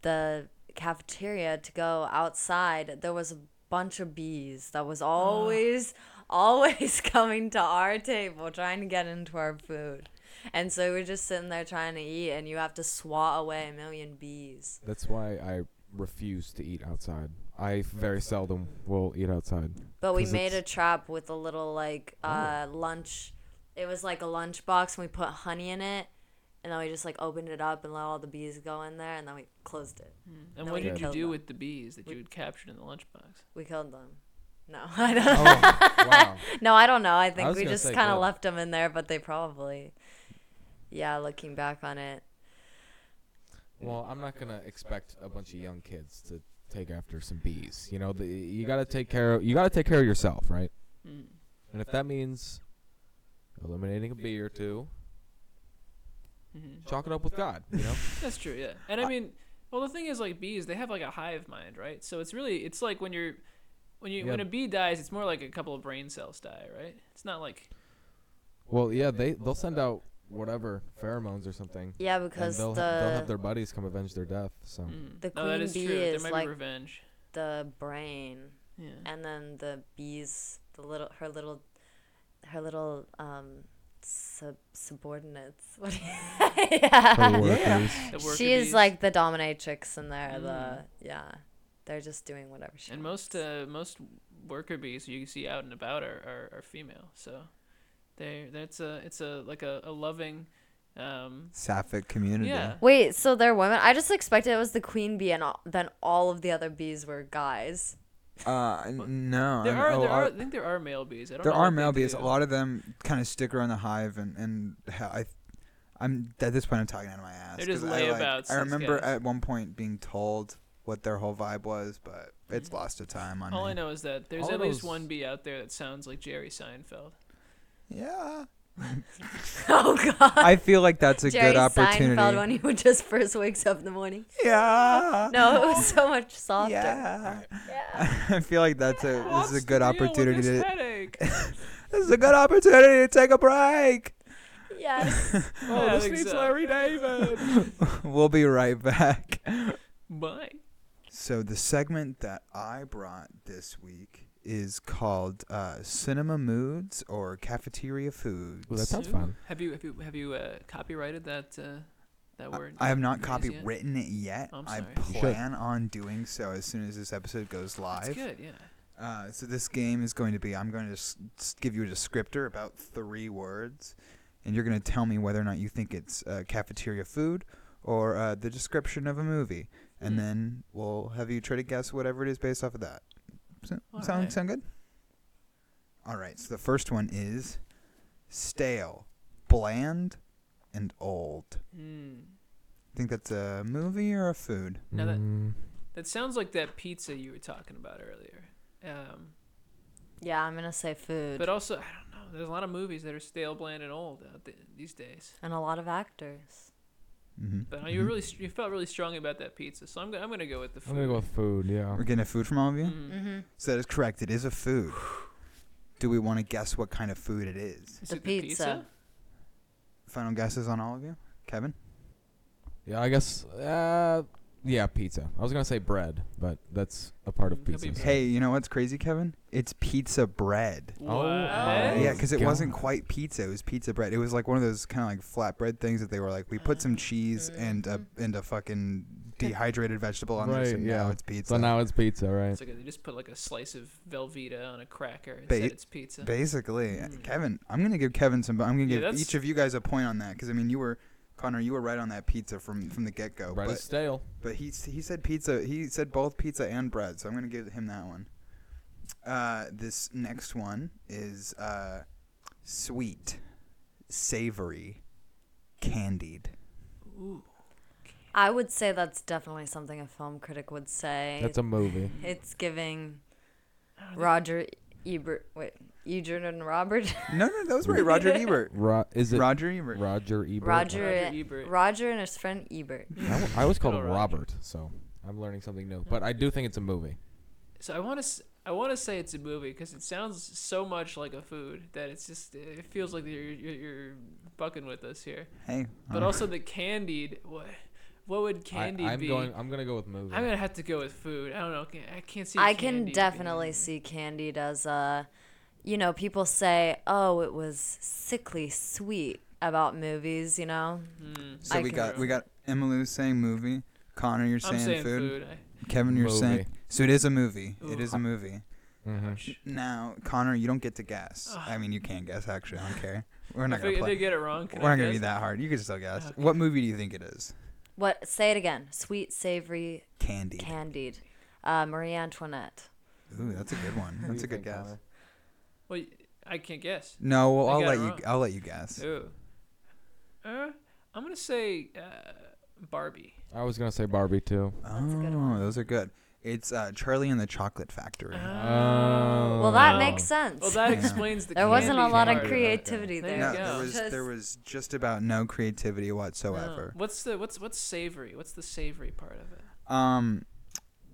Speaker 4: the cafeteria to go outside, there was a bunch of bees that was always, always coming to our table trying to get into our food. And so we're just sitting there trying to eat, and you have to swat away a million bees.
Speaker 5: That's why I refuse to eat outside. I very seldom will eat outside.
Speaker 4: But we
Speaker 5: 'Cause
Speaker 4: made a
Speaker 5: it's- Oh.
Speaker 4: trap with a little like uh, lunch. It was like a lunch box, and we put honey in it, and then we just like opened it up and let all the bees go in there, and then we closed it.
Speaker 2: And
Speaker 4: No,
Speaker 2: what
Speaker 4: we
Speaker 2: did you
Speaker 4: killed
Speaker 2: do
Speaker 4: them.
Speaker 2: with the bees that you had captured in the lunchbox?
Speaker 4: We killed them. No, I don't.
Speaker 5: Oh, wow.
Speaker 4: No, I don't know. I think
Speaker 5: was
Speaker 4: we
Speaker 5: gonna
Speaker 4: just
Speaker 5: say
Speaker 4: kind of
Speaker 5: good.
Speaker 4: left them in there, but they probably, yeah. Looking back on it,
Speaker 5: Well, I'm not gonna expect a bunch of young kids to take after some bees. You know, the, you gotta take care of you gotta take care of yourself, right? And if that means eliminating a bee or two, chalk it up with God. You know,
Speaker 2: That's true, yeah. And I mean, well, the thing is, like bees, they have like a hive mind, right? So it's really, it's like when you're, when you,
Speaker 5: Yeah.
Speaker 2: when a bee dies, it's more like a couple of brain cells die, right? It's not like
Speaker 5: Well, yeah, they they'll send out whatever pheromones or something,
Speaker 4: Yeah,
Speaker 5: and
Speaker 4: because
Speaker 5: they'll
Speaker 4: the
Speaker 5: ha- they'll have their buddies come avenge their death. So
Speaker 2: Mm.
Speaker 4: The
Speaker 2: no, that
Speaker 4: queen
Speaker 2: is
Speaker 4: bee
Speaker 2: true. There
Speaker 4: is
Speaker 2: might
Speaker 4: like-
Speaker 2: be revenge.
Speaker 4: the brain
Speaker 2: Yeah.
Speaker 4: and then the bees, the little her little her little um sub- subordinates. What do you- Ah, yeah.
Speaker 5: Her
Speaker 3: Yeah.
Speaker 5: workers.
Speaker 2: The worker
Speaker 4: She is
Speaker 2: bees. Mm.
Speaker 4: like the dominatrix and they're the yeah. They're just doing whatever she
Speaker 2: And
Speaker 4: wants.
Speaker 2: most uh, most worker bees you see out and about are, are, are female, so they that's a it's a like a, a loving, um,
Speaker 3: Sapphic community.
Speaker 2: yeah.
Speaker 4: Wait, so they're women? I just expected it was the queen bee and all, then all of the other bees were guys.
Speaker 3: Uh, n- no.
Speaker 2: There
Speaker 3: I-
Speaker 2: are
Speaker 3: oh,
Speaker 2: there
Speaker 3: uh,
Speaker 2: are I think there are male bees. I don't
Speaker 3: there
Speaker 2: know
Speaker 3: are
Speaker 2: what they
Speaker 3: male bees. A
Speaker 2: do.
Speaker 3: lot of them kind of stick around the hive, and and ha- I, I'm at this point I'm talking out of my ass.
Speaker 2: They're just
Speaker 3: 'cause I, like-
Speaker 2: layabouts,
Speaker 3: I
Speaker 2: these
Speaker 3: remember
Speaker 2: guys.
Speaker 3: at one point being told what their whole vibe was, but it's lost to time on
Speaker 2: Mm-hmm. All
Speaker 3: me.
Speaker 2: I know is that there's
Speaker 5: All
Speaker 2: at least
Speaker 5: those-
Speaker 2: one bee out there that sounds like Jerry Seinfeld.
Speaker 3: Yeah,
Speaker 4: oh god.
Speaker 3: I feel like that's a
Speaker 4: Jerry
Speaker 3: good opportunity.
Speaker 4: Seinfeld when he would just first wakes up in the morning.
Speaker 3: Yeah.
Speaker 4: No, it was so much softer.
Speaker 3: Yeah. I feel like that's a this is a good opportunity
Speaker 2: This
Speaker 3: to
Speaker 2: headache.
Speaker 3: this is a good opportunity to take a break.
Speaker 4: Yes.
Speaker 2: oh,
Speaker 5: this needs Larry David.
Speaker 3: we'll be right back.
Speaker 2: Bye.
Speaker 3: So the segment that I brought this week is called uh, Cinema Moods or Cafeteria Foods.
Speaker 5: Ooh, that sounds
Speaker 2: Ooh.
Speaker 5: fun.
Speaker 2: Have you have you have you uh, copyrighted that uh, that
Speaker 3: I-
Speaker 2: word?
Speaker 3: I have not
Speaker 2: phrase yet?
Speaker 3: copywritten it yet.
Speaker 2: Oh, I'm
Speaker 3: I
Speaker 2: sorry.
Speaker 5: You should.
Speaker 3: plan on doing so as soon as this episode goes
Speaker 2: That's
Speaker 3: live.
Speaker 2: good. Yeah.
Speaker 3: Uh, so this game is going to be I'm going to s- s- give you a descriptor about three words, and you're going to tell me whether or not you think it's uh, cafeteria food or uh, the description of a movie, and
Speaker 2: Hmm.
Speaker 3: then we'll have you try to guess whatever it is based off of that. So,
Speaker 2: All
Speaker 3: sound
Speaker 2: right.
Speaker 3: sound good? All right. So the first one is stale, bland, and old.
Speaker 2: Mm.
Speaker 3: Think that's a movie or a food?
Speaker 2: Now that-
Speaker 5: Mm.
Speaker 2: That sounds like that pizza you were talking about earlier. Um,
Speaker 4: Yeah, I'm gonna say food.
Speaker 2: but also, I don't know. There's a lot of movies that are stale, bland, and old out th- these days.
Speaker 4: and a lot of actors.
Speaker 3: Mm-hmm.
Speaker 2: But you really s- you felt really strong about that pizza, so I'm, go- I'm gonna go with the food.
Speaker 5: I'm gonna go with food. Yeah.
Speaker 3: We're getting a food from all of you.
Speaker 2: Mm.
Speaker 4: Mm-hmm.
Speaker 3: So that is correct. It is a food. Do we want to guess what kind of food it is?
Speaker 2: Is
Speaker 4: The
Speaker 2: it
Speaker 4: pizza.
Speaker 3: Final guesses on all of you? Kevin?
Speaker 5: Yeah, I guess. Uh, yeah, pizza. I was gonna say bread, but that's a part of
Speaker 2: Mm, could be
Speaker 5: pizza. so-
Speaker 2: bread.
Speaker 3: Hey, you know what's crazy, Kevin? It's pizza bread.
Speaker 5: Oh,
Speaker 2: What?
Speaker 5: yeah,
Speaker 3: Yeah,
Speaker 5: Oh,
Speaker 3: because it wasn't
Speaker 5: God.
Speaker 3: quite pizza. It was pizza bread. It was like one of those kind of like flatbread things that they were like, we put some cheese and a and a fucking dehydrated vegetable on this,
Speaker 5: Right,
Speaker 3: and now
Speaker 5: yeah.
Speaker 3: it's pizza.
Speaker 5: So now it's pizza, right?
Speaker 2: It's like a, they just put like a slice of Velveeta on a cracker and
Speaker 3: Ba-
Speaker 2: said it's pizza.
Speaker 3: Basically,
Speaker 2: Mm.
Speaker 3: Kevin, I'm gonna give Kevin some. I'm gonna
Speaker 2: Yeah,
Speaker 3: give
Speaker 2: that's-
Speaker 3: each of you guys a point on that because I mean, you were Connor, you were right on that pizza from from the get go.
Speaker 5: bread is stale.
Speaker 3: But he s- he said pizza. He said both pizza and bread. So I'm gonna give him that one. Uh, this next one is uh, sweet, savory, candied.
Speaker 2: Ooh.
Speaker 4: I would say that's definitely something a film critic would say.
Speaker 5: That's a movie.
Speaker 4: it's giving
Speaker 2: Oh,
Speaker 4: Roger Ebert. Wait, Edrin and Robert.
Speaker 3: No, no, that was right. Roger Ebert.
Speaker 5: Ro- is it
Speaker 3: Roger Ebert.
Speaker 5: Roger Ebert?
Speaker 4: Roger,
Speaker 2: Roger
Speaker 4: Roger
Speaker 2: Ebert.
Speaker 4: and his friend Ebert.
Speaker 5: I, w- I always called
Speaker 2: Good
Speaker 5: him
Speaker 2: old Roger.
Speaker 5: Robert, so I'm learning something new. But I do think it's a movie.
Speaker 2: So I want to I want to say it's a movie because it sounds so much like a food that it's just it feels like you're you're, you're bucking with us here.
Speaker 3: Hey.
Speaker 2: But
Speaker 3: uh,
Speaker 2: also the candied. What what would candied
Speaker 5: Uh-huh. I, I'm
Speaker 2: be?
Speaker 5: going. I'm gonna go with movie.
Speaker 2: I'm gonna have to go with food. I don't know. can- I can't see.
Speaker 4: I can
Speaker 2: candied
Speaker 4: definitely
Speaker 2: being-
Speaker 4: see Candide as a, you know, people say, oh, it was sickly sweet about movies, you know?
Speaker 2: Hmm.
Speaker 3: so
Speaker 4: I
Speaker 3: we
Speaker 4: can-
Speaker 3: got we got Emily saying movie. Connor, you're
Speaker 2: I'm
Speaker 3: saying,
Speaker 2: saying
Speaker 3: food.
Speaker 2: food. I,
Speaker 3: Kevin, you're
Speaker 5: Movie.
Speaker 3: saying. So it is a movie. It
Speaker 2: Ooh.
Speaker 3: is a movie.
Speaker 5: hmm
Speaker 3: Now, Connor, you don't get to guess. I mean, you can guess actually. I don't care. We're not
Speaker 2: if, I-
Speaker 3: gonna
Speaker 2: if
Speaker 3: play.
Speaker 2: they get it wrong, can
Speaker 3: We're
Speaker 2: I
Speaker 3: not gonna be
Speaker 2: guess?
Speaker 3: that hard. You can still guess.
Speaker 2: Okay.
Speaker 3: What movie do you think it is?
Speaker 4: What? Say it again. Sweet, savory,
Speaker 3: Candy.
Speaker 4: Candide. Uh, Marie Antoinette.
Speaker 3: Ooh, that's a good one. That's a good guess.
Speaker 2: Well, I can't guess.
Speaker 3: No, well,
Speaker 2: I
Speaker 3: I'll
Speaker 2: got
Speaker 3: let
Speaker 2: it
Speaker 3: you.
Speaker 2: wrong.
Speaker 3: I'll let you guess.
Speaker 2: Ooh. Uh, I'm gonna say uh, Barbie.
Speaker 5: I was gonna say Barbie too.
Speaker 4: That's a good
Speaker 3: Oh,
Speaker 4: one.
Speaker 3: those are good. It's uh, Charlie and the Chocolate Factory.
Speaker 2: Ah,
Speaker 5: Oh.
Speaker 4: Well, that
Speaker 2: Oh.
Speaker 4: makes sense.
Speaker 2: Well, that
Speaker 3: Yeah.
Speaker 2: explains the.
Speaker 4: there wasn't a
Speaker 2: candied
Speaker 4: lot of
Speaker 2: part it.
Speaker 4: creativity
Speaker 2: There
Speaker 4: there.
Speaker 2: you
Speaker 3: no,
Speaker 2: go.
Speaker 3: there was
Speaker 4: Just-
Speaker 3: there was just about no creativity
Speaker 2: No.
Speaker 3: whatsoever.
Speaker 2: What's the what's what's savory? What's the savory part of it?
Speaker 3: Um,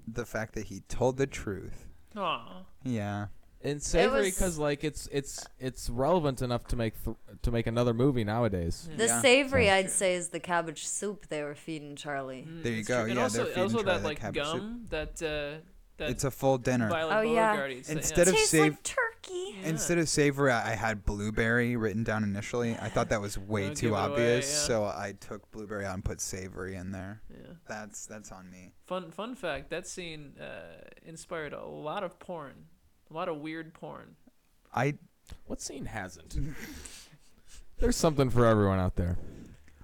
Speaker 3: the fact that he told the truth.
Speaker 2: Aw.
Speaker 3: Yeah,
Speaker 5: and savory
Speaker 4: was-
Speaker 5: because like it's it's it's relevant enough to make th- to make another movie nowadays.
Speaker 4: The
Speaker 3: Yeah.
Speaker 4: savory, I'd say, is the cabbage soup they were feeding Charlie.
Speaker 3: There you
Speaker 2: Mm, It's
Speaker 3: go.
Speaker 2: true. And
Speaker 3: Yeah,
Speaker 2: also,
Speaker 3: they're feeding
Speaker 2: also
Speaker 3: Charlie
Speaker 2: that
Speaker 3: that
Speaker 2: like
Speaker 3: cabbage soup.
Speaker 2: gum that uh, that
Speaker 3: It's a full dinner.
Speaker 2: Violet
Speaker 4: Oh, yeah.
Speaker 2: Beauregard eats.
Speaker 3: Instead of
Speaker 4: Tastes
Speaker 3: sav-
Speaker 4: like turkey.
Speaker 2: Yeah.
Speaker 3: Instead of savory, I I had blueberry written down initially. I thought that was way
Speaker 2: Don't give
Speaker 3: too
Speaker 2: it away,
Speaker 3: obvious,
Speaker 2: yeah.
Speaker 3: so I took blueberry out and put savory in there.
Speaker 2: Yeah.
Speaker 3: That's that's on me.
Speaker 2: Fun fun fact: that scene uh, inspired a lot of porn, a lot of weird porn.
Speaker 3: I
Speaker 5: What scene hasn't? There's something for everyone out there.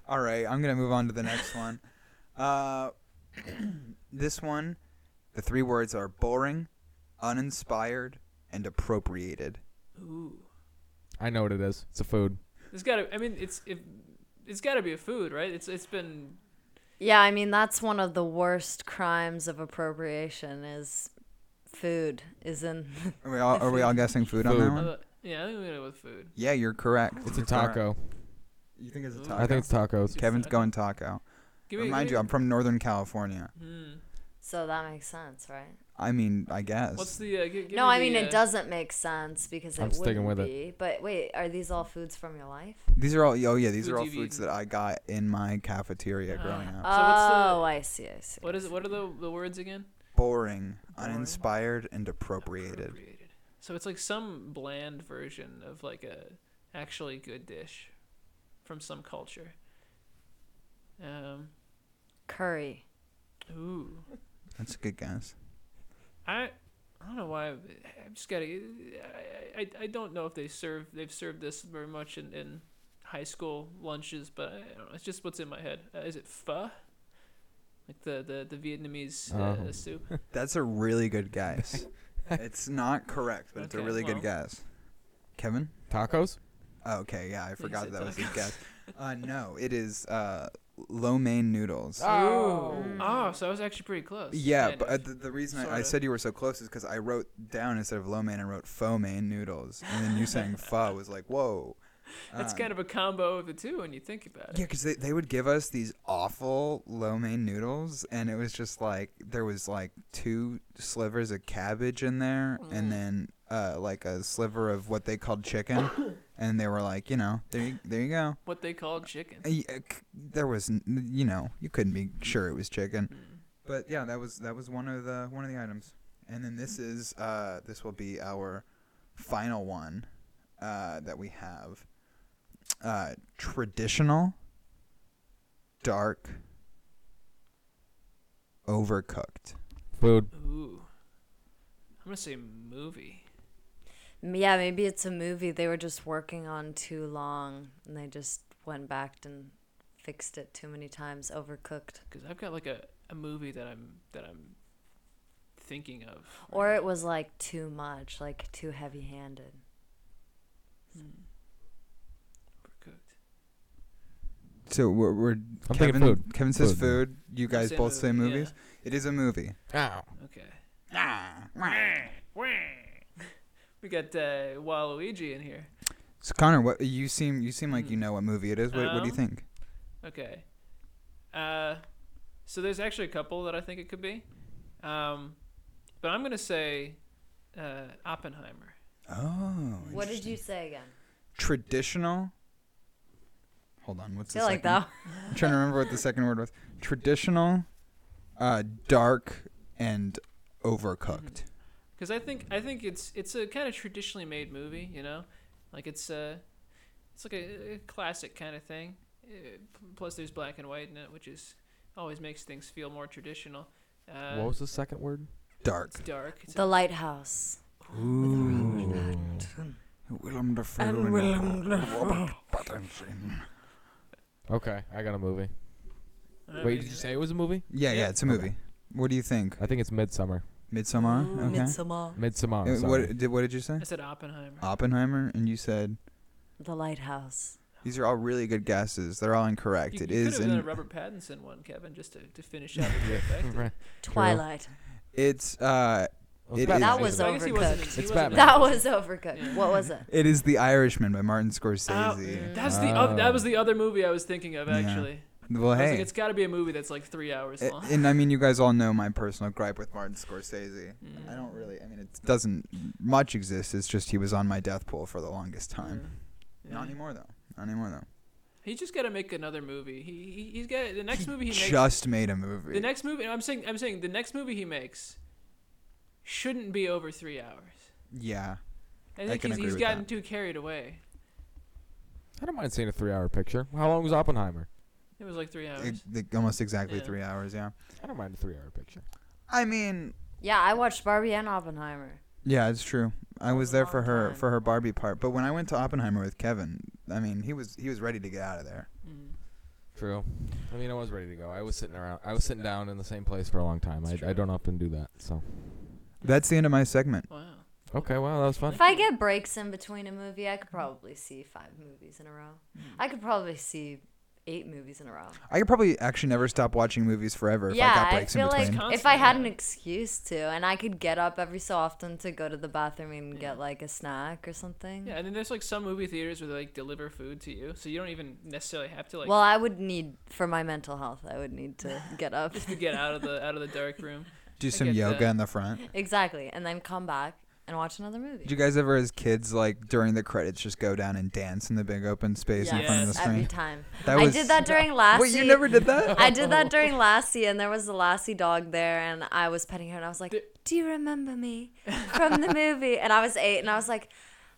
Speaker 3: all right. I'm gonna move on to the next one. Uh, this one, the three words are boring, uninspired, and appropriated.
Speaker 2: Ooh, it
Speaker 5: I know what it is. It's a food.
Speaker 2: has gotta. I mean, it's it, it's gotta be a food, right? It's it's been
Speaker 4: Yeah, I mean that's one of the worst crimes of appropriation is food is in
Speaker 3: Are we all, are we all guessing food, on that
Speaker 5: Food.
Speaker 3: one?
Speaker 2: uh, yeah. I'm gonna go with food.
Speaker 3: Yeah, you're correct.
Speaker 5: It's a
Speaker 3: You're correct.
Speaker 5: taco.
Speaker 3: You think it's a
Speaker 2: I
Speaker 3: taco?
Speaker 5: I think it's tacos.
Speaker 3: Kevin's going taco.
Speaker 2: Give
Speaker 3: Remind
Speaker 2: give
Speaker 3: you, I'm from Northern California.
Speaker 2: Hmm.
Speaker 4: so that makes sense, right?
Speaker 3: I mean, I guess.
Speaker 2: Mm-hmm. What's the? Uh, gi- give
Speaker 4: no,
Speaker 2: me
Speaker 4: I mean
Speaker 2: the,
Speaker 4: it
Speaker 2: uh,
Speaker 4: doesn't make sense because it
Speaker 5: I'm sticking
Speaker 4: wouldn't
Speaker 5: with it.
Speaker 4: be. But wait, are these all foods from your life?
Speaker 3: These are all. Oh yeah, these
Speaker 2: Foods
Speaker 3: are all
Speaker 2: you've
Speaker 3: foods
Speaker 2: eaten.
Speaker 3: that I got in my cafeteria growing
Speaker 2: Ah.
Speaker 3: up.
Speaker 2: So what's the-
Speaker 4: oh, I see, I see.
Speaker 2: What is? What are the the words again?
Speaker 3: Boring,
Speaker 2: Boring.
Speaker 3: uninspired, and appropriated.
Speaker 2: Appropriated. So it's like some bland version of like a actually good dish from some culture. Um,
Speaker 4: Curry.
Speaker 2: ooh,
Speaker 3: That's a good guess.
Speaker 2: I I don't know why I have just gotta I, I I don't know if they serve they've served this very much in, in high school lunches, but I don't know, it's just what's in my head. Uh, is it pho? Like the the, the Vietnamese uh,
Speaker 5: Oh.
Speaker 2: soup.
Speaker 3: That's a really good guess. it's not correct, but it's a
Speaker 2: Okay,
Speaker 3: really
Speaker 2: well.
Speaker 3: good guess. Kevin?
Speaker 5: Tacos?
Speaker 3: Oh, okay, yeah, I forgot
Speaker 2: said
Speaker 3: that was his
Speaker 2: tacos.
Speaker 3: guess. Uh, no, it is uh, lo mein noodles.
Speaker 2: Ah,
Speaker 5: Oh.
Speaker 2: Oh, so I was actually pretty close.
Speaker 3: yeah,
Speaker 2: Kind
Speaker 3: but uh,
Speaker 2: of.
Speaker 3: the, the reason I, I
Speaker 2: sorta.
Speaker 3: said you were so close is because I wrote down instead of lo mein, I wrote pho mein noodles, and then you saying pho was like, whoa.
Speaker 2: that's
Speaker 3: Um,
Speaker 2: kind of a combo of the two when you think about it.
Speaker 3: Yeah, because they, they would give us these awful lo mein noodles, and it was just like there was like two slivers of cabbage in there,
Speaker 2: Mm.
Speaker 3: and then uh, like a sliver of what they called chicken, and they were like, you know, there you, there you go.
Speaker 2: What they call chicken.
Speaker 3: And y- uh, c- There was, n- you know, you couldn't be sure it was chicken, but yeah, that was that was one of the one of the items, and then this is uh, this will be our final one uh, that we have uh, traditional, dark, overcooked.
Speaker 5: Food.
Speaker 2: Ooh, I'm gonna say movie.
Speaker 4: M- Yeah, maybe it's a movie they were just working on too long and they just went back and fixed it too many times, overcooked.
Speaker 2: because I've got like a, a movie that I'm that I'm thinking of.
Speaker 4: Or it was like too much, like too heavy handed.
Speaker 2: overcooked.
Speaker 3: So we're, we're
Speaker 5: I'm
Speaker 3: Kevin.
Speaker 5: thinking food.
Speaker 3: Kevin says
Speaker 5: Food.
Speaker 3: food. You guys
Speaker 2: say
Speaker 3: both say
Speaker 2: movie, yeah. Ah,
Speaker 3: movies. It is a movie.
Speaker 5: Ow.
Speaker 2: Okay. We got uh, Waluigi in here.
Speaker 3: So Connor, what you seem you seem
Speaker 4: Hmm.
Speaker 3: like you know what movie it is. What, what do you
Speaker 4: Oh.
Speaker 2: Um,
Speaker 3: think?
Speaker 2: Okay. Uh, so there's actually a couple that I think it could be, um, but I'm gonna say uh, Oppenheimer.
Speaker 3: Oh,
Speaker 4: What did you say again?
Speaker 3: traditional? Hold on,
Speaker 4: I
Speaker 3: what's
Speaker 4: feel
Speaker 3: the
Speaker 4: like
Speaker 3: second?
Speaker 4: that.
Speaker 3: I'm trying to remember what the second word was. Traditional, uh, dark, and overcooked.
Speaker 2: because I think I think it's it's a kind of traditionally made movie, you know, like it's uh it's like a, a classic kind of thing. Uh, plus, there's black and white in it, which is always makes things feel more traditional. Uh,
Speaker 5: What was the second word?
Speaker 2: It's
Speaker 4: Mm-hmm.
Speaker 3: Dark.
Speaker 2: dark. It's
Speaker 4: The Lighthouse.
Speaker 3: Willem Dafoe and Robert Pattinson.
Speaker 5: Okay, I got a movie.
Speaker 2: a- I
Speaker 5: Wait,
Speaker 2: mean,
Speaker 5: did you say it was a movie?
Speaker 3: Yeah, yeah,
Speaker 2: Yeah.
Speaker 3: it's a movie. What do you think?
Speaker 5: I think it's Midsummer.
Speaker 3: Midsummer. Okay.
Speaker 4: Mm, Midsommar.
Speaker 5: Midsummer.
Speaker 3: Uh,
Speaker 5: sorry.
Speaker 3: what did what did you say?
Speaker 2: I said Oppenheimer.
Speaker 3: Oppenheimer, and you said
Speaker 4: The Lighthouse.
Speaker 3: these are all really good guesses. They're all incorrect.
Speaker 2: You,
Speaker 3: It
Speaker 2: you could
Speaker 3: is
Speaker 2: have done a
Speaker 3: in-
Speaker 2: Robert Pattinson one, Kevin, just to, to finish out the eh? trifecta.
Speaker 5: Right.
Speaker 4: Twilight.
Speaker 3: it's uh It
Speaker 5: Batman,
Speaker 3: is-
Speaker 4: That
Speaker 5: isn't
Speaker 4: was
Speaker 5: it?
Speaker 2: I guess he wasn't.
Speaker 4: overcooked.
Speaker 2: he
Speaker 4: It's
Speaker 2: wasn't
Speaker 5: Batman.
Speaker 2: in-
Speaker 4: That was overcooked. What was it?
Speaker 3: it is The Irishman by Martin
Speaker 2: Oh,
Speaker 3: Scorsese.
Speaker 2: that's the oth- that was the other movie I was thinking of
Speaker 3: Yeah.
Speaker 2: actually.
Speaker 3: Well,
Speaker 2: I was
Speaker 3: hey.
Speaker 2: like, it's got to be a movie that's like three hours
Speaker 3: A-
Speaker 2: long.
Speaker 3: and I mean, you guys all know my personal gripe with Martin Scorsese.
Speaker 2: Mm.
Speaker 3: I don't really. I mean, it doesn't much exist. It's just he was on my death pool for the longest time.
Speaker 2: Mm. Yeah.
Speaker 3: Not anymore though. Not anymore though.
Speaker 2: He just got to make another movie. He, he he's got the next movie he makes.
Speaker 3: Just made a movie.
Speaker 2: The next movie, I'm saying, I'm saying, the next movie he makes shouldn't be over three hours.
Speaker 3: yeah.
Speaker 2: I
Speaker 3: I
Speaker 2: think
Speaker 3: can
Speaker 2: he's,
Speaker 3: agree
Speaker 2: he's
Speaker 3: with
Speaker 2: gotten
Speaker 3: that.
Speaker 2: too carried away.
Speaker 5: I don't mind seeing a three-hour picture. How long was Oppenheimer?
Speaker 2: It was like three hours.
Speaker 3: It, it- almost exactly
Speaker 2: Yeah.
Speaker 3: three hours. Yeah.
Speaker 5: I don't mind a three-hour picture.
Speaker 3: I mean,
Speaker 4: Yeah, I watched Barbie and Oppenheimer.
Speaker 3: yeah, it's true. I was
Speaker 4: a
Speaker 3: there for
Speaker 4: long
Speaker 3: her
Speaker 4: time.
Speaker 3: for her Barbie part, but when I went to Oppenheimer with Kevin, I mean, he was he was ready to get out of there.
Speaker 2: Mm.
Speaker 5: True. I mean, I was ready to go. I was sitting around. I was sitting down in the same place for a long time. I, I don't often do that. So.
Speaker 3: That's the end of my segment.
Speaker 2: Wow.
Speaker 5: Okay. Wow, that was fun.
Speaker 4: If I get breaks in between a movie, I could probably see five movies in a row. I could probably see eight movies in a row.
Speaker 3: I could probably actually never stop watching momovies forever if I
Speaker 4: yeah,
Speaker 3: got
Speaker 4: I
Speaker 3: breaks in
Speaker 4: feel like
Speaker 3: between.
Speaker 4: if I
Speaker 2: Constant,
Speaker 4: had
Speaker 2: yeah.
Speaker 4: an excuse to, and I could get up every so often to go to the bathroom and get like a snack or something.
Speaker 2: Yeah, and then there's like some movie theaters where they like deliver food to you, so you don't even necessarily have to like
Speaker 4: well, I would need for my mental health. I would need to get up
Speaker 2: to get out of the out of the dark room.
Speaker 3: Do some
Speaker 2: get
Speaker 3: yoga
Speaker 2: that.
Speaker 3: in the front.
Speaker 4: exactly, and then come back and watch another movie.
Speaker 3: Did you guys ever, as kids, like during the credits, just go down and dance in the big open space in front of the
Speaker 2: Yes.
Speaker 4: every
Speaker 3: screen?
Speaker 4: time.
Speaker 3: That
Speaker 4: I
Speaker 3: was-
Speaker 4: did that during Lassie.
Speaker 3: Wait, you never did that?
Speaker 4: I did that during Lassie, and there was a Lassie dog there, and I was petting her, and I was like, "Do you remember me from the movie?" And I was eight, and I was like,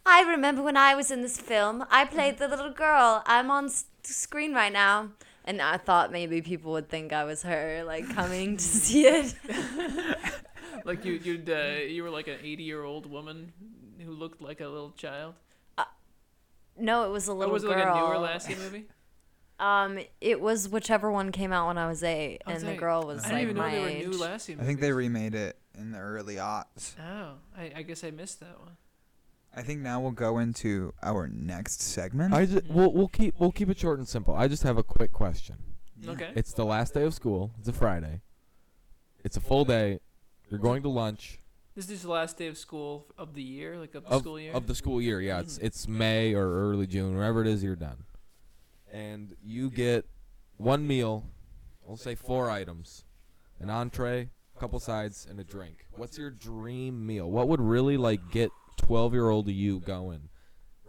Speaker 4: "I remember when I was in this film. I played the little girl. I'm on s- screen right now." And I thought maybe people would think I was her, like coming to see it.
Speaker 2: Like you you'd uh, you were like an 80 year old woman who looked like a little child.
Speaker 4: No, it was a
Speaker 2: Or
Speaker 4: little
Speaker 2: Oh, was it
Speaker 4: girl.
Speaker 2: like a newer Lassie movie?
Speaker 4: Um, it was whichever one came out when I was eight,
Speaker 2: I was
Speaker 4: and the
Speaker 2: like-
Speaker 4: girl was
Speaker 2: I
Speaker 4: like
Speaker 2: didn't even know
Speaker 4: my
Speaker 2: they
Speaker 4: age.
Speaker 2: were new Lassie.
Speaker 3: I
Speaker 2: Movies.
Speaker 3: think they remade it in the early aughts.
Speaker 2: Oh, I, I guess I missed that one.
Speaker 3: I think now we'll go into our next segment.
Speaker 5: I just, we'll, we'll keep we'll keep it short and simple. I just have a quick question.
Speaker 2: Okay.
Speaker 5: It's the last day of school. It's a Friday. It's a full day. You're going to lunch
Speaker 2: This is the last day of school of the year, like of the
Speaker 5: of,
Speaker 2: school year.
Speaker 5: of the school year. Yeah, it's it's May or early June, wherever it is. You're done, and you get one meal. We'll say four items: an entree, a couple sides, and a drink. What's your dream meal? What would really like get twelve-year-old you going?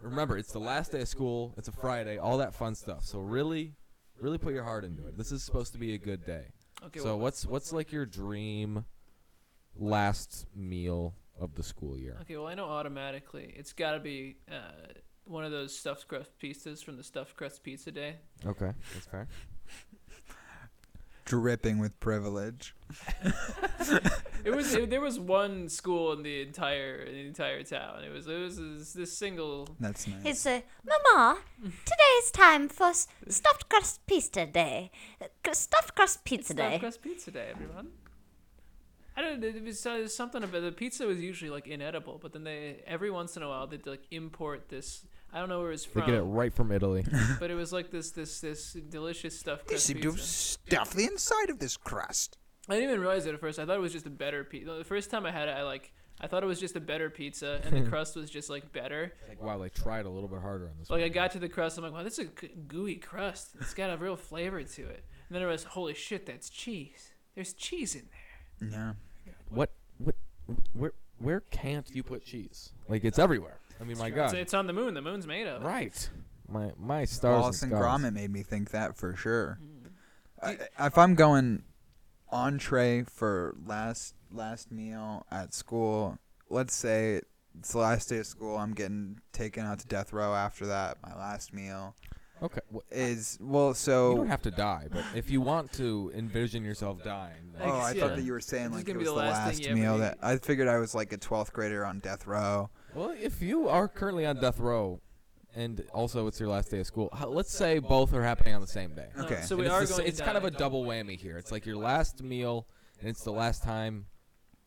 Speaker 5: Remember, it's the last day of school. It's a Friday. All that fun stuff. So really, really put your heart into it. This is supposed to be a good day.
Speaker 2: okay,
Speaker 5: So what's what's like your dream last meal of the school year?
Speaker 2: Okay, well, I know automatically it's got to be uh, one of those stuffed crust pizzas from the stuffed crust pizza day.
Speaker 5: Okay, that's fair.
Speaker 3: Dripping with privilege.
Speaker 2: It was it, there was one school in the entire in the entire town. It was it was this, this single.
Speaker 3: That's nice.
Speaker 6: It's a Mama, today is time for s- stuffed crust pizza day. Uh, cr- Stuffed crust pizza
Speaker 2: Stuffed
Speaker 6: day.
Speaker 2: crust pizza day, everyone. I don't. It was, uh, something about the pizza was usually like inedible, but then they every once in a while they'd like import this. I don't know where it's
Speaker 5: They
Speaker 2: from,
Speaker 5: get it right from Italy.
Speaker 2: but it was like this this this delicious stuffed
Speaker 3: they
Speaker 2: crust
Speaker 3: seem to
Speaker 2: pizza.
Speaker 3: have stuffed the inside of this crust.
Speaker 2: I didn't even realize it at first. I thought it was just a better pizza. The first time I had it, I like I thought it was just a better pizza, and the crust was just like better.
Speaker 5: Like, wow, they tried a little bit harder on this.
Speaker 2: Like I
Speaker 5: one.
Speaker 2: got to the crust, I'm like, wow, this is a g- gooey crust. It's got a real flavor to it. And then I was, holy shit, that's cheese. There's cheese in there.
Speaker 3: Yeah.
Speaker 5: what, what, where, where can't you put cheese? Like it's everywhere. I mean, my
Speaker 2: It's,
Speaker 5: God,
Speaker 2: it's on the moon. The moon's made of. it.
Speaker 5: right? My my stars
Speaker 3: Wallace and
Speaker 5: and scars.
Speaker 3: Gromit made me think that for sure.
Speaker 2: Mm.
Speaker 3: I, if I'm going entree for last last meal at school, let's say it's the last day of school, I'm getting taken out to death row after that. My last meal
Speaker 5: Okay, wh-
Speaker 3: is well,
Speaker 5: you
Speaker 3: so
Speaker 5: don't have to die, but if you want to envision yourself dying,
Speaker 3: Oh,
Speaker 5: then
Speaker 2: Like,
Speaker 3: I
Speaker 2: yeah.
Speaker 3: thought that you were
Speaker 2: This
Speaker 3: saying
Speaker 2: is
Speaker 3: like it
Speaker 2: gonna
Speaker 3: was
Speaker 2: be
Speaker 3: the
Speaker 2: the last
Speaker 3: last,
Speaker 2: thing you ever
Speaker 3: meal
Speaker 2: eat.
Speaker 3: that I figured I was like a 12th grader on death row.
Speaker 5: well, if you are currently on death row, and also it's your last day of school, h- let's say both are happening on the same day.
Speaker 2: No,
Speaker 3: Okay.
Speaker 2: So we
Speaker 5: And it's
Speaker 2: are
Speaker 5: the
Speaker 2: going.
Speaker 5: s-
Speaker 2: to
Speaker 5: It's kind of
Speaker 2: die.
Speaker 5: a double whammy here. It's like your last meal, and it's the last time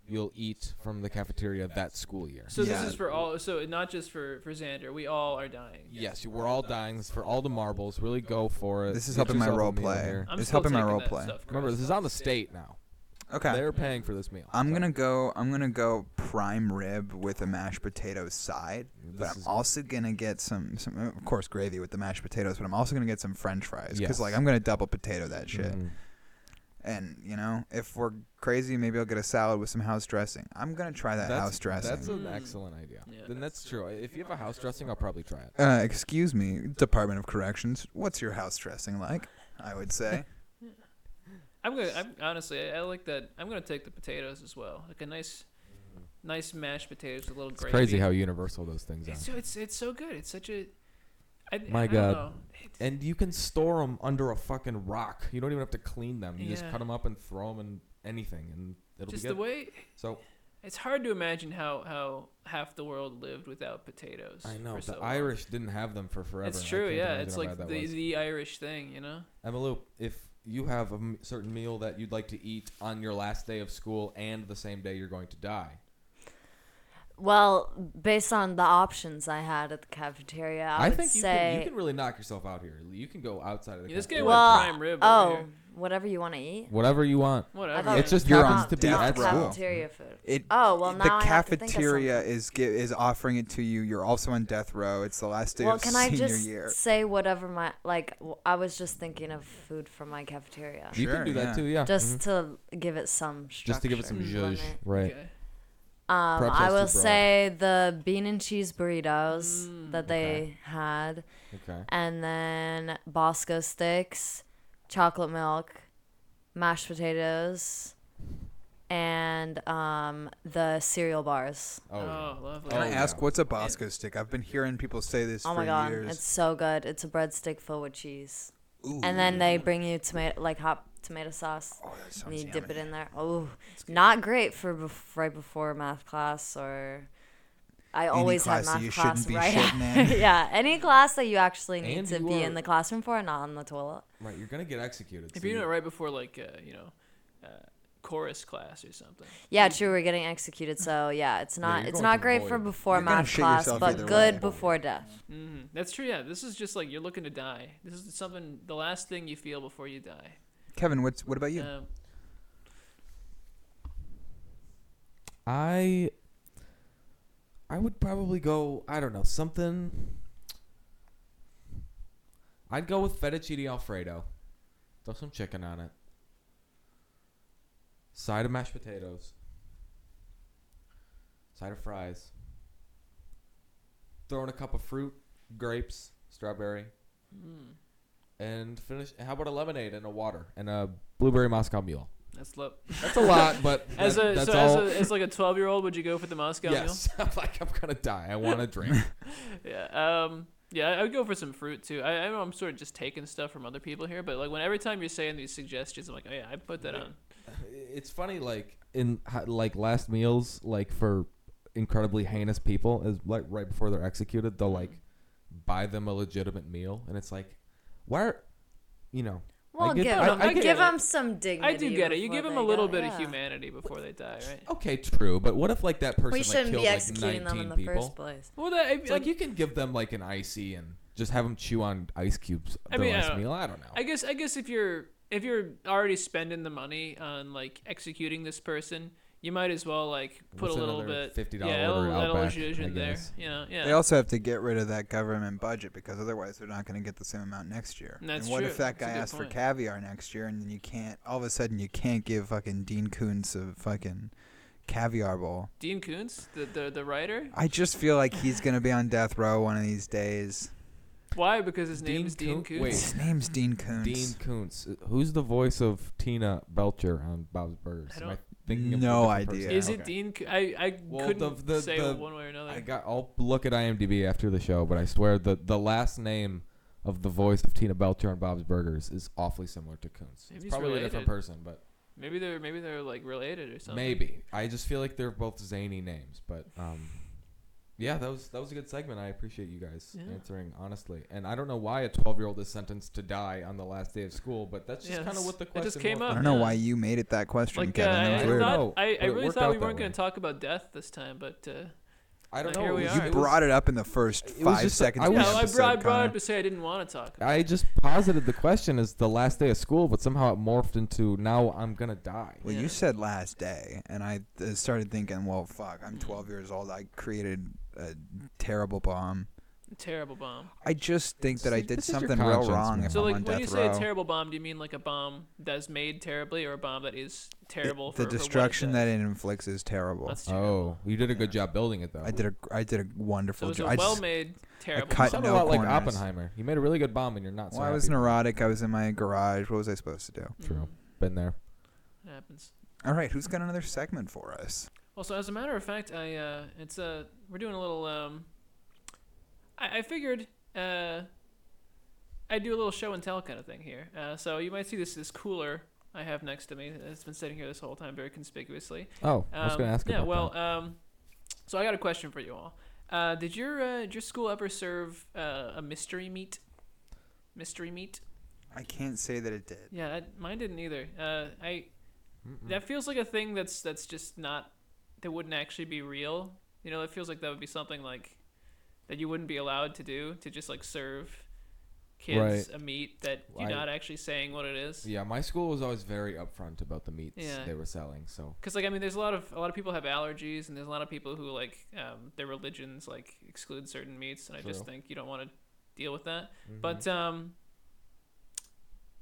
Speaker 5: you'll eat from the cafeteria that school year.
Speaker 2: So
Speaker 3: Yeah.
Speaker 2: this is for all. So not just for for Xander. We all are dying.
Speaker 5: Yes, you- we're all dying This is for all the marbles. Really go for it.
Speaker 3: This is
Speaker 5: Get
Speaker 3: helping my
Speaker 5: yourself a
Speaker 3: role
Speaker 5: meal
Speaker 3: play.
Speaker 5: here.
Speaker 2: I'm
Speaker 3: It's
Speaker 2: still
Speaker 3: helping my
Speaker 2: taking
Speaker 3: role
Speaker 2: that
Speaker 3: play.
Speaker 2: stuff,
Speaker 5: Remember,
Speaker 2: Chris.
Speaker 5: this is on the state now.
Speaker 3: Okay.
Speaker 5: They're paying for this meal.
Speaker 3: I'm gonna go. I'm gonna go prime rib with a mashed potato side, but
Speaker 5: This
Speaker 3: I'm
Speaker 5: is-
Speaker 3: also gonna get some, some, of course, gravy with the mashed potatoes. But I'm also gonna get some French fries because,
Speaker 5: Yes.
Speaker 3: like, I'm gonna double potato that shit.
Speaker 5: Mm.
Speaker 3: And you know, if we're crazy, maybe I'll get a salad with some house dressing. I'm gonna try that
Speaker 5: That's-
Speaker 3: house dressing.
Speaker 5: That's an excellent idea.
Speaker 2: Mm. Yeah,
Speaker 5: then that's true. If you have a house dressing, I'll probably try it.
Speaker 3: uh, excuse me, Department of Corrections. What's your house dressing like? I would say.
Speaker 2: I'm gonna. I'm honestly. I, I like that. I'm gonna take the potatoes as well. Like a nice, nice mashed potatoes with a little
Speaker 5: It's
Speaker 2: gravy.
Speaker 5: crazy how universal those things
Speaker 2: It's
Speaker 5: are.
Speaker 2: so. It's it's so good. It's such a. I,
Speaker 5: My
Speaker 2: I don't
Speaker 5: God.
Speaker 2: know. It's-
Speaker 5: And you can store them under a fucking rock. You don't even have to clean them. You just
Speaker 2: Yeah.
Speaker 5: cut them up and throw them in anything, and it'll
Speaker 2: just
Speaker 5: be
Speaker 2: the
Speaker 5: good.
Speaker 2: way
Speaker 5: so
Speaker 2: it's hard to imagine how how half the world lived without potatoes.
Speaker 5: I know
Speaker 2: for
Speaker 5: the
Speaker 2: so long.
Speaker 5: Irish didn't have them for forever.
Speaker 2: It's
Speaker 5: and I
Speaker 2: true.
Speaker 5: can't
Speaker 2: Yeah,
Speaker 5: imagine
Speaker 2: it's
Speaker 5: how
Speaker 2: like
Speaker 5: bad that
Speaker 2: the
Speaker 5: was.
Speaker 2: the Irish thing. You know.
Speaker 5: Emmalou, if you have a m- certain meal that you'd like to eat on your last day of school and the same day you're going to die,
Speaker 4: Well, based on the options I had at the cafeteria, I,
Speaker 5: I,
Speaker 4: would
Speaker 5: think you
Speaker 4: say.
Speaker 5: can, you can really knock yourself out here. You can go outside of the
Speaker 2: Yeah, this guy
Speaker 5: cafeteria.
Speaker 2: went
Speaker 4: well,
Speaker 2: prime rib over
Speaker 4: oh,
Speaker 2: here.
Speaker 4: whatever you want to eat.
Speaker 5: Whatever you want.
Speaker 4: I
Speaker 2: Whatever.
Speaker 4: thought
Speaker 5: It's just
Speaker 4: you were
Speaker 5: happens
Speaker 4: talking
Speaker 5: to be
Speaker 4: about
Speaker 5: at school.
Speaker 4: cafeteria food.
Speaker 3: It,
Speaker 4: Oh, well,
Speaker 3: the
Speaker 4: now I have to think of
Speaker 3: cafeteria is gi- is offering it to you. You're also on death row. It's the last day
Speaker 4: Well,
Speaker 3: of
Speaker 4: can I
Speaker 3: senior
Speaker 4: just
Speaker 3: year.
Speaker 4: say whatever my like? w- I was just thinking of food from my cafeteria,
Speaker 5: you
Speaker 3: Sure,
Speaker 5: can do that
Speaker 3: yeah.
Speaker 5: too, yeah.
Speaker 4: just
Speaker 5: Mhm.
Speaker 4: to give it some structure.
Speaker 5: just to give it some
Speaker 4: and
Speaker 5: zhuzh.
Speaker 4: limit.
Speaker 5: Right.
Speaker 2: Okay.
Speaker 4: Um,
Speaker 5: Perhaps
Speaker 4: I
Speaker 5: that's too
Speaker 4: will
Speaker 5: broad.
Speaker 4: say the bean and cheese burritos that they
Speaker 5: okay.
Speaker 4: had,
Speaker 5: Okay.
Speaker 4: and then Bosco sticks, chocolate milk, mashed potatoes, and um, the cereal bars.
Speaker 5: Oh, yeah.
Speaker 2: Oh, lovely.
Speaker 3: Can I
Speaker 5: Oh,
Speaker 3: ask
Speaker 5: yeah.
Speaker 3: what's a Bosco stick? I've been hearing people say this
Speaker 4: Oh
Speaker 3: for
Speaker 4: my god,
Speaker 3: years.
Speaker 4: it's so good! It's a breadstick filled with cheese,
Speaker 3: Ooh.
Speaker 4: and then they bring you tomato like hot tomato sauce.
Speaker 3: Oh, that
Speaker 4: and
Speaker 3: sounds
Speaker 4: you
Speaker 3: yummy.
Speaker 4: dip it in there. Oh, not great for bef- right before math class or. I always
Speaker 3: class that
Speaker 4: had math
Speaker 3: you shouldn't
Speaker 4: class
Speaker 3: be
Speaker 4: right.
Speaker 3: shitting in.
Speaker 4: yeah, any class that you actually need
Speaker 5: And
Speaker 4: to
Speaker 5: you
Speaker 4: be
Speaker 5: are-
Speaker 4: in the classroom for, not on the toilet.
Speaker 5: Right, you're gonna get executed.
Speaker 2: If
Speaker 5: so
Speaker 2: you do it
Speaker 5: you-
Speaker 2: right before like uh, you know, uh, chorus class or something.
Speaker 4: Yeah, true. We're getting executed, so yeah, it's not
Speaker 5: you're
Speaker 4: it's
Speaker 5: going
Speaker 4: not
Speaker 5: to
Speaker 4: great for
Speaker 5: void.
Speaker 4: before
Speaker 3: You're gonna
Speaker 4: math
Speaker 3: shit
Speaker 4: class,
Speaker 3: yourself
Speaker 4: but
Speaker 3: either
Speaker 4: good
Speaker 3: way.
Speaker 4: before death.
Speaker 5: Mm-hmm.
Speaker 2: hmm That's true. Yeah, this is just like you're looking to die. This is something the last thing you feel before you die.
Speaker 3: Kevin, what's what about you?
Speaker 2: Um,
Speaker 5: I I would probably go, I don't know, something I'd go with fettuccine alfredo. Throw some chicken on it. Side of mashed potatoes. Side of fries. Throw in a cup of fruit, grapes, strawberry.
Speaker 2: Hmm.
Speaker 5: And finish how about a lemonade and a water and a blueberry Moscow mule.
Speaker 2: that's love.
Speaker 5: That's a lot, but
Speaker 2: As
Speaker 5: that-
Speaker 2: a
Speaker 5: that's
Speaker 2: so
Speaker 5: all.
Speaker 2: as, a, as like a twelve year old, would you go for the Moscow
Speaker 5: Yes, I'm like I'm gonna die. I want a drink.
Speaker 2: meal? Yeah. Um. Yeah, I would go for some fruit too. I, I know I'm sort of just taking stuff from other people here, but like when every time you're saying these suggestions, I'm like, oh yeah, I put that on.
Speaker 5: it's funny, like in ho- like last meals, like for incredibly heinous people, is like right before they're executed,
Speaker 4: Mm-hmm.
Speaker 5: they'll like buy them a legitimate meal, and it's like, why, are, you know,
Speaker 4: Well,
Speaker 5: get-
Speaker 4: give
Speaker 5: I-
Speaker 4: them
Speaker 5: I get
Speaker 4: give
Speaker 2: it.
Speaker 4: them some dignity.
Speaker 2: I do get it. You
Speaker 4: before
Speaker 2: give them
Speaker 4: they
Speaker 2: a little
Speaker 4: go,
Speaker 2: bit
Speaker 4: yeah.
Speaker 2: of humanity before they die, right?
Speaker 5: okay, true, but what if like that person
Speaker 4: We
Speaker 5: like,
Speaker 4: shouldn't
Speaker 5: killed
Speaker 4: be
Speaker 5: like
Speaker 4: executing
Speaker 5: 19
Speaker 4: them in the
Speaker 5: people?
Speaker 4: first place.
Speaker 2: Well, that I,
Speaker 5: It's like you can give them like an icy and just have them chew on ice cubes
Speaker 2: I
Speaker 5: their
Speaker 2: mean, I
Speaker 5: last
Speaker 4: uh,
Speaker 2: don't-
Speaker 5: meal. I don't know.
Speaker 2: I guess I guess if you're if you're already spending the money on like executing this person, you might as well like put
Speaker 5: What's
Speaker 2: a little
Speaker 5: another
Speaker 2: bit
Speaker 5: $50
Speaker 2: yeah, a
Speaker 5: order
Speaker 2: little- a little
Speaker 5: Outback,
Speaker 2: zhuzh
Speaker 5: I
Speaker 2: in there.
Speaker 5: guess.
Speaker 2: You know, yeah.
Speaker 3: They also have to get rid of that government budget because otherwise they're not going to get the same amount next year.
Speaker 2: That's
Speaker 3: and what
Speaker 2: true.
Speaker 3: if
Speaker 2: That's
Speaker 3: that
Speaker 2: a
Speaker 3: guy
Speaker 2: good
Speaker 3: asks
Speaker 2: point.
Speaker 3: for caviar next year and then you can't? All of a sudden, you can't give fucking Dean Koontz a fucking caviar bowl.
Speaker 2: Dean Koontz, the, the the writer.
Speaker 3: I just feel like he's going to be on death row one of these days.
Speaker 2: Why? Because his
Speaker 5: Dean
Speaker 2: name's Dean
Speaker 5: Koon-
Speaker 2: Koontz.
Speaker 5: wait.
Speaker 3: His name's Dean Koontz.
Speaker 5: Dean Koontz. Uh, Who's the voice of Tina Belcher on Bob's Burgers?
Speaker 2: I
Speaker 5: Am I
Speaker 2: don't-
Speaker 5: thinking of a
Speaker 3: No
Speaker 5: different
Speaker 3: idea.
Speaker 5: person?
Speaker 2: Is it
Speaker 5: Okay.
Speaker 2: Dean? Ko- I I
Speaker 5: Well,
Speaker 2: couldn't
Speaker 5: the- the-
Speaker 2: say
Speaker 5: the-
Speaker 2: one way or another.
Speaker 5: I got. I'll look at IMDb after the show, but I swear the the last name of the voice of Tina Belcher on Bob's Burgers is awfully similar to Koontz.
Speaker 2: Maybe
Speaker 5: It's
Speaker 2: he's
Speaker 5: probably a different person, but
Speaker 2: maybe they're maybe they're like related or something.
Speaker 5: maybe. I just feel like they're both zany names, but um, yeah, that was that was a good segment. I appreciate you guys
Speaker 2: Yeah.
Speaker 5: answering honestly, and I don't know why a twelve year old is sentenced to die on the last day of school, but that's just
Speaker 2: Yeah,
Speaker 5: kind of
Speaker 2: that's-
Speaker 5: what the
Speaker 2: it
Speaker 5: question
Speaker 2: just came
Speaker 5: was.
Speaker 3: I
Speaker 2: up.
Speaker 3: don't know
Speaker 2: Yeah.
Speaker 3: why you made it that question,
Speaker 2: Like uh,
Speaker 3: Kevin.
Speaker 2: I,
Speaker 3: that
Speaker 2: I
Speaker 3: was
Speaker 5: don't
Speaker 3: weird.
Speaker 5: know.
Speaker 2: thought I,
Speaker 5: but
Speaker 2: I
Speaker 5: it
Speaker 2: really
Speaker 5: worked
Speaker 2: thought
Speaker 5: out
Speaker 2: we
Speaker 5: that
Speaker 2: weren't
Speaker 5: way.
Speaker 2: going to talk about death this time, but uh,
Speaker 5: I I don't
Speaker 2: Now
Speaker 5: know.
Speaker 2: here we
Speaker 5: was-
Speaker 2: are.
Speaker 3: You
Speaker 2: It
Speaker 3: brought it up in the first
Speaker 5: it was
Speaker 3: five
Speaker 5: just a-
Speaker 3: seconds.
Speaker 5: I
Speaker 3: of
Speaker 5: was-
Speaker 3: the
Speaker 2: No, I
Speaker 3: episode,
Speaker 2: brought, I brought
Speaker 3: Connor.
Speaker 2: it to say I didn't want to talk. About
Speaker 5: I just posited the question as the last day of school, but somehow it morphed into now I'm gonna die.
Speaker 3: Well,
Speaker 2: Yeah.
Speaker 3: you said last day, and I uh, started thinking, well, fuck,
Speaker 5: Mm.
Speaker 3: I'm 12 years old. I created a terrible bomb.
Speaker 2: it. Terrible bomb.
Speaker 3: I just think that I
Speaker 5: This
Speaker 3: did
Speaker 5: is your
Speaker 3: something real
Speaker 5: conscience,
Speaker 3: wrong.
Speaker 5: man.
Speaker 3: If
Speaker 2: So,
Speaker 3: I'm
Speaker 2: like,
Speaker 3: on
Speaker 2: when
Speaker 3: death
Speaker 2: you say
Speaker 3: row.
Speaker 2: a terrible bomb, do you mean like a bomb that's made terribly, or a bomb that is terrible?
Speaker 3: the
Speaker 2: for,
Speaker 3: destruction
Speaker 2: for what it
Speaker 3: that it inflicts is terrible.
Speaker 2: does? That's terrible.
Speaker 5: Oh, you did a good job building it though.
Speaker 3: I did a I did a
Speaker 2: so
Speaker 3: wonderful
Speaker 2: it's a
Speaker 3: job. I just,
Speaker 2: well-made terrible.
Speaker 3: cut-
Speaker 2: bomb.
Speaker 5: Sounded a
Speaker 3: no
Speaker 5: lot like
Speaker 3: corners.
Speaker 5: Oppenheimer. You made a really good bomb, and you're not.
Speaker 3: well,
Speaker 5: so
Speaker 3: I
Speaker 5: happy
Speaker 3: was
Speaker 5: about
Speaker 3: neurotic. I was in my garage. What was I supposed to do?
Speaker 5: it. True. Been there.
Speaker 2: It happens.
Speaker 3: All right, who's got another segment for us?
Speaker 2: Well, so as a matter of fact, I uh, it's uh, we're doing a little. Um, I, I figured uh, I do a little show and tell kind of thing here. Uh, so you might see this this cooler I have next to me. It's been sitting here this whole time, very conspicuously.
Speaker 5: Oh, I was
Speaker 2: Um,
Speaker 5: gonna ask
Speaker 2: Yeah,
Speaker 5: about
Speaker 2: well,
Speaker 5: that.
Speaker 2: um, so I got a question for you all. Uh, did your uh, did your school ever serve uh, a mystery meat? Mystery meat?
Speaker 3: I can't say that it did.
Speaker 2: Yeah, that, mine didn't either. Uh, I that feels like a thing that's that's just not that wouldn't actually be real. You know, it feels like that would be something like that you wouldn't be allowed to do to just like serve kids a meat that you're
Speaker 5: Right.
Speaker 2: not actually saying what it is.
Speaker 5: Yeah, my school was always very upfront about the meats
Speaker 2: Yeah.
Speaker 5: they were selling. So
Speaker 2: Because like I mean, there's a lot of a lot of people have allergies, and there's a lot of people who like um, their religions like exclude certain meats, and I just
Speaker 5: True. Mm-hmm.
Speaker 2: think you don't want to deal with that. But um,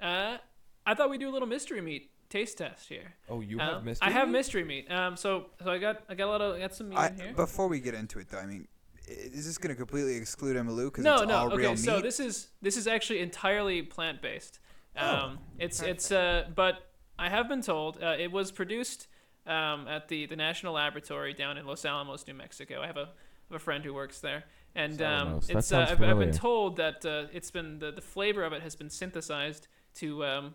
Speaker 2: uh, I thought we'd do a little mystery meat taste test here.
Speaker 5: oh, you
Speaker 2: Um,
Speaker 5: have mystery.
Speaker 2: I have
Speaker 5: meat?
Speaker 2: mystery meat. Um, so so I got I got a lot of I got some meat
Speaker 3: I,
Speaker 2: in here.
Speaker 3: before we get into it, though, I mean, i- is this going to completely exclude Emmalou because
Speaker 2: no,
Speaker 3: it's
Speaker 2: no.
Speaker 3: all
Speaker 2: okay,
Speaker 3: real meat?
Speaker 2: so this is this is actually entirely plant based. Um, it's it's uh, but I have been told uh, it was produced um, at the the National Laboratory down in Los Alamos, New Mexico. I have a I have a friend who works there, and
Speaker 5: Los
Speaker 2: um,
Speaker 5: Alamos. That
Speaker 2: it's uh,
Speaker 5: sounds
Speaker 2: I've, I've been
Speaker 5: familiar.
Speaker 2: told that uh, it's been the, the flavor of it has been synthesized to um,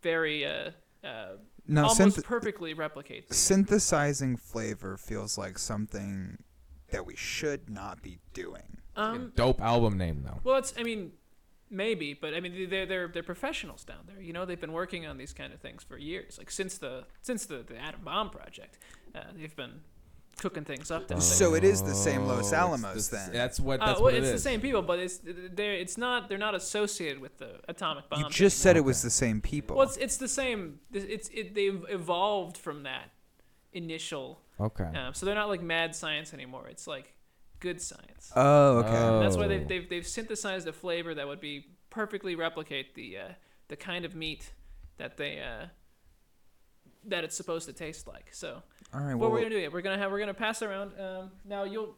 Speaker 2: very uh, uh,
Speaker 3: no,
Speaker 2: almost
Speaker 3: synth-
Speaker 2: perfectly replicate.
Speaker 3: synthesizing flavor feels like something that we should not be doing.
Speaker 2: Um,
Speaker 5: Dope album name though.
Speaker 2: Well, it's I mean, maybe, but I mean they're they're they're professionals down there. You know, they've been working on these kind of things for years, like since the since the, the atom bomb project. Uh, they've been cooking things up. Down there.
Speaker 3: So it is the same
Speaker 5: Oh,
Speaker 3: Los
Speaker 5: it's the
Speaker 3: Alamos
Speaker 5: s-
Speaker 3: then.
Speaker 5: That's what.
Speaker 2: Uh,
Speaker 5: That's
Speaker 2: well,
Speaker 5: what it
Speaker 2: it's the
Speaker 5: is.
Speaker 2: same people, but it's they're it's not they're not associated with the atomic bomb.
Speaker 3: you
Speaker 2: thing.
Speaker 3: just said it was the same people.
Speaker 2: well, it's it's the same. It's it they've evolved from that initial.
Speaker 5: Okay.
Speaker 2: Um, so they're not like mad science anymore. It's like good science.
Speaker 3: oh, okay.
Speaker 5: Oh.
Speaker 2: That's why they've, they've, they've synthesized a flavor that would be perfectly replicate the uh, the kind of meat that they uh, that it's supposed to taste like. So
Speaker 3: All right.
Speaker 2: what
Speaker 3: Well,
Speaker 2: we're gonna do here, we're gonna have we're gonna pass around. Um, now you'll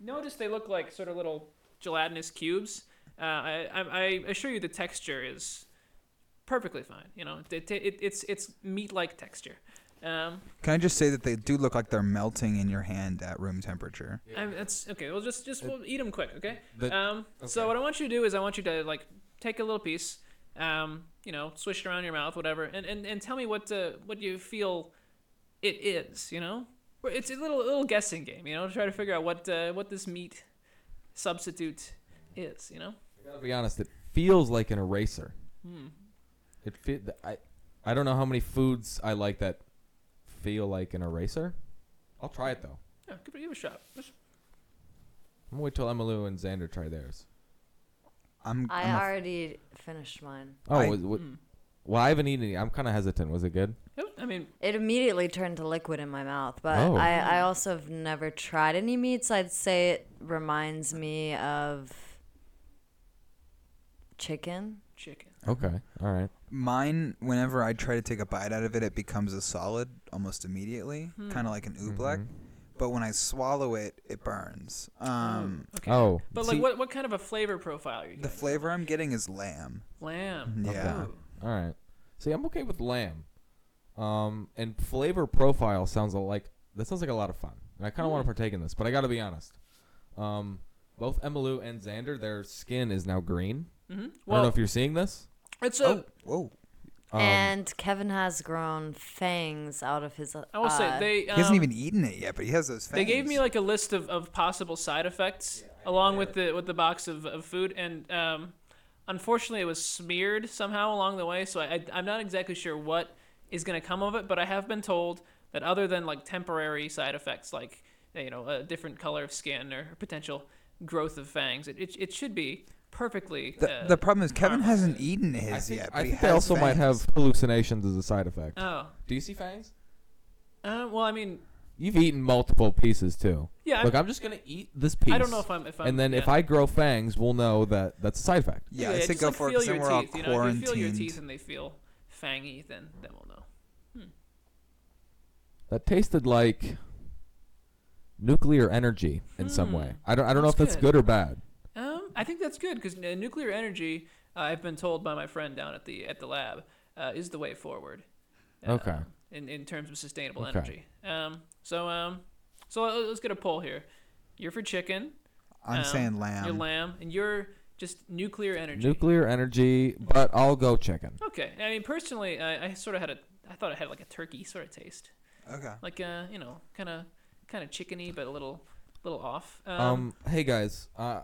Speaker 2: notice they look like sort of little gelatinous cubes. Uh, I, I I assure you the texture is perfectly fine. You know, it, it, it's it's meat like texture. Um,
Speaker 3: can I just say that they do look like they're melting in your hand at room temperature?
Speaker 2: I'm, that's okay. We'll just just we'll eat them quick, okay?
Speaker 5: The-
Speaker 2: um, so what I want you to do is I want you to like take a little piece, um, you know, swish it around your mouth, whatever, and and, and tell me what uh, what you feel it is. You know, Where it's a little little guessing game. You know, to try to figure out what uh, what this meat substitute is. You know,
Speaker 5: I gotta be honest. It feels like an eraser.
Speaker 2: Hmm.
Speaker 5: It fe- th- I I don't know how many foods I like that feel like an eraser. I'll try it though.
Speaker 2: yeah, give it give it a shot. Just-
Speaker 5: I'm gonna wait till Emmalou and Xander try theirs.
Speaker 3: I'm.
Speaker 4: I
Speaker 3: I'm a-
Speaker 4: already finished mine.
Speaker 5: Oh,
Speaker 3: I-
Speaker 5: was- wa-
Speaker 2: Hmm.
Speaker 5: well, I haven't eaten any. I'm kind of hesitant. Was it good?
Speaker 2: yep, I mean,
Speaker 4: It immediately turned to liquid in my mouth, but
Speaker 5: Oh.
Speaker 4: I, I also have never tried any meats. I'd say it reminds me of chicken.
Speaker 2: chicken.
Speaker 5: Okay. All right.
Speaker 3: Mine, whenever I try to take a bite out of it, it becomes a solid almost immediately,
Speaker 2: Hmm.
Speaker 3: kind of like an
Speaker 5: Mm-hmm.
Speaker 3: oobleck. But when I swallow it, it burns. Um,
Speaker 2: Okay.
Speaker 5: Oh,
Speaker 2: But
Speaker 5: see-
Speaker 2: like, what, what kind of a flavor profile are you?
Speaker 3: the
Speaker 2: getting?
Speaker 3: flavor I'm getting is lamb.
Speaker 2: Lamb.
Speaker 3: Yeah.
Speaker 2: Ooh.
Speaker 5: All right. See, I'm okay with lamb. Um, and flavor profile sounds a- like that sounds like a lot of fun, and I kind of want to partake in this, but I got to be honest. Um, both Emmalou and Xander, their skin is now green. I don't know
Speaker 2: Well,
Speaker 5: if you're seeing this.
Speaker 2: it's a.
Speaker 3: Oh, Whoa.
Speaker 5: Um,
Speaker 4: and Kevin has grown fangs out of his.
Speaker 2: I will say
Speaker 4: uh,
Speaker 2: they. Um,
Speaker 3: He hasn't even eaten it yet, but he has those fangs.
Speaker 2: They gave me like a list of, of possible side effects along with the with the box of, of food, and um, unfortunately, it was smeared somehow along the way. So I, I I'm not exactly sure what is going to come of it, but I have been told that other than like temporary side effects, like you know, a different color of skin or potential growth of fangs. It, it, it should be perfectly.
Speaker 3: The,
Speaker 2: uh,
Speaker 3: the problem is Kevin
Speaker 2: harmless.
Speaker 3: hasn't eaten his
Speaker 5: I think,
Speaker 3: yet.
Speaker 5: I
Speaker 3: but he
Speaker 5: think they
Speaker 3: has
Speaker 5: also might
Speaker 3: fangs.
Speaker 5: have hallucinations as a side effect.
Speaker 2: Oh,
Speaker 5: Do you see fangs?
Speaker 2: uh, well, I mean,
Speaker 5: You've eaten multiple pieces too.
Speaker 2: Yeah,
Speaker 5: Look,
Speaker 2: I'm-
Speaker 5: I'm, just gonna eat this piece.
Speaker 2: I don't know if I'm. If I'm
Speaker 5: and then if
Speaker 2: yeah.
Speaker 5: I grow fangs, we'll know that that's a side effect.
Speaker 3: Yeah, I
Speaker 2: just,
Speaker 3: think go
Speaker 2: like,
Speaker 3: for it
Speaker 2: feel
Speaker 3: because then
Speaker 2: your
Speaker 3: we're all
Speaker 2: teeth, you know? If you
Speaker 3: quarantined.
Speaker 2: feel your teeth and they feel fangy, then then we'll know.
Speaker 5: That tasted like nuclear energy in some way. I don't. I don't know if
Speaker 2: Hmm. That's
Speaker 5: that's
Speaker 2: good.
Speaker 5: good or bad.
Speaker 2: Um, I think that's good because nuclear energy, uh, I've been told by my friend down at the at the lab, uh, is the way forward. uh,
Speaker 5: Okay.
Speaker 2: In, in terms of sustainable
Speaker 5: Okay.
Speaker 2: energy. Um, so um, so let- let's get a poll here. You're for chicken.
Speaker 3: I'm
Speaker 2: um,
Speaker 3: saying
Speaker 2: You're
Speaker 3: lamb.
Speaker 2: lamb, and you're just nuclear energy.
Speaker 5: Nuclear energy, but I'll go chicken.
Speaker 2: Okay. I mean, personally, I, I sort of had a. I thought it had like a turkey sort of taste,
Speaker 3: Okay.
Speaker 2: like uh, you know, kind of kind of chickeny, but a little little off. Um,
Speaker 5: Um, hey guys, uh,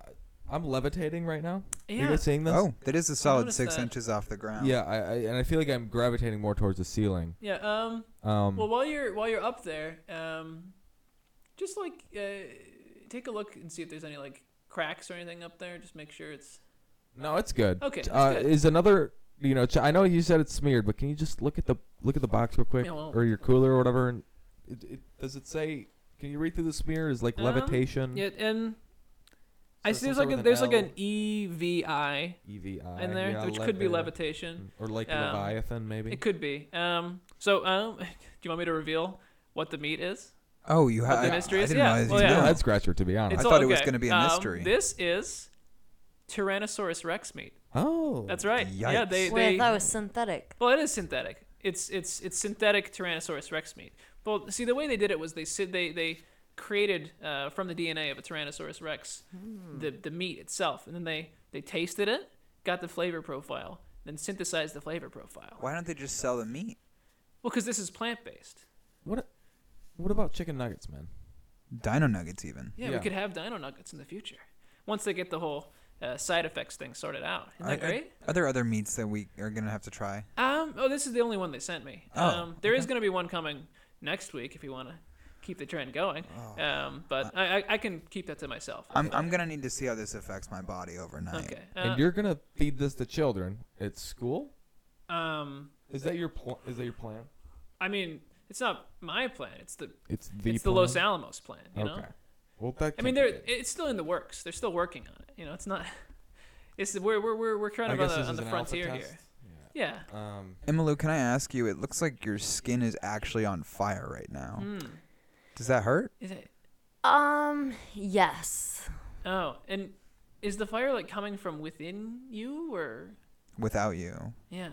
Speaker 5: I'm levitating right now. Are
Speaker 2: Yeah.
Speaker 5: you guys seeing this?
Speaker 3: Oh, that is a solid
Speaker 2: noticed
Speaker 3: six
Speaker 2: that.
Speaker 3: inches off the ground.
Speaker 5: Yeah, I, I and I feel like I'm gravitating more towards the ceiling.
Speaker 2: yeah. Um.
Speaker 3: Mm.
Speaker 5: Um,
Speaker 2: Well, while you're while you're up there, um, just like uh, take a look and see if there's any like cracks or anything up there. Just make sure it's
Speaker 5: no, it's good.
Speaker 2: Okay, that's
Speaker 5: uh,
Speaker 2: good.
Speaker 5: is another you know? Ch- I know you said it's smeared, but can you just look at the look at the box real quick,
Speaker 2: Yeah, well-
Speaker 5: or your cooler or whatever? And it, it, does it say? Can you read through the smear? Is like
Speaker 2: Um,
Speaker 3: Mm.
Speaker 5: levitation?
Speaker 2: yeah. And I
Speaker 5: So
Speaker 2: see
Speaker 5: some
Speaker 2: there's
Speaker 5: sort
Speaker 2: like a,
Speaker 5: of an
Speaker 2: there's like
Speaker 5: L.
Speaker 2: an E V I
Speaker 5: EVI
Speaker 3: E
Speaker 2: in there,
Speaker 5: E yeah,
Speaker 2: which could be
Speaker 5: levi-
Speaker 3: Mm,
Speaker 2: levitation.
Speaker 5: or like
Speaker 2: Um,
Speaker 5: leviathan maybe.
Speaker 2: It could be. Um. So um, do you want me to reveal what the meat is?
Speaker 3: Oh, you
Speaker 2: But
Speaker 3: have.
Speaker 2: the
Speaker 3: I,
Speaker 2: mystery
Speaker 3: I
Speaker 2: is-
Speaker 3: didn't
Speaker 2: yeah,
Speaker 3: realize
Speaker 2: well,
Speaker 3: you
Speaker 2: yeah.
Speaker 5: yeah,
Speaker 3: knew.
Speaker 5: head scratcher to be honest.
Speaker 2: It's
Speaker 3: Oh, I
Speaker 2: all-
Speaker 3: thought it was
Speaker 2: okay,
Speaker 3: gonna be a
Speaker 2: um,
Speaker 3: mystery.
Speaker 2: this is Tyrannosaurus Rex meat.
Speaker 5: oh,
Speaker 2: That's right. Yeah, they,
Speaker 4: Wait,
Speaker 2: they
Speaker 4: I thought it was synthetic.
Speaker 2: Well, it is synthetic. It's it's it's synthetic Tyrannosaurus Rex meat. Well, see, the way they did it was they said they they created uh, from the DNA of a Tyrannosaurus Rex
Speaker 3: Hmm.
Speaker 2: the the meat itself, and then they they tasted it, got the flavor profile, then synthesized the flavor profile. Well,
Speaker 3: Why don't they just sell the meat?
Speaker 2: because this is plant based.
Speaker 5: What? What about chicken nuggets, man?
Speaker 3: Dino nuggets, even.
Speaker 2: Yeah, we
Speaker 5: Yeah.
Speaker 2: could have dino nuggets in the future once they get the whole uh, side effects thing sorted out. Isn't that
Speaker 3: I- I-
Speaker 2: great?
Speaker 3: Are there other meats that we are gonna have to try?
Speaker 2: Um, oh, this is the only one they sent me.
Speaker 3: Oh,
Speaker 2: um, there is going to be one coming next week if you want to keep the trend going. um,
Speaker 5: Oh. Uh,
Speaker 2: but I, I, I can keep that to myself.
Speaker 3: I'm I'm gonna need to see how this affects my body overnight.
Speaker 2: okay.
Speaker 5: and
Speaker 2: Uh,
Speaker 5: you're gonna feed this to children at school?
Speaker 2: um,
Speaker 5: Is that your pl- is that your plan?
Speaker 2: I mean, it's not my plan. It's the,
Speaker 5: It's the
Speaker 2: it's the Los Alamos plan. You know.
Speaker 5: Okay. Well, that
Speaker 2: I mean,
Speaker 5: can't
Speaker 2: they're
Speaker 5: be good.
Speaker 2: it's still in the works. They're still working on it. You know, it's not. It's we're we're we're, we're kind
Speaker 5: I
Speaker 2: of on
Speaker 5: guess
Speaker 2: the
Speaker 5: this
Speaker 2: on
Speaker 5: is
Speaker 2: the
Speaker 5: an alpha
Speaker 2: frontier
Speaker 5: test.
Speaker 2: here. Yeah.
Speaker 5: Yeah. Um,
Speaker 3: Emily, can I ask you? It looks like your skin is actually on fire right now.
Speaker 2: Hmm.
Speaker 3: Does that hurt?
Speaker 2: Is it?
Speaker 4: Um, yes.
Speaker 2: Oh, and is the fire like coming from within you or?
Speaker 3: Without you,
Speaker 2: Yeah.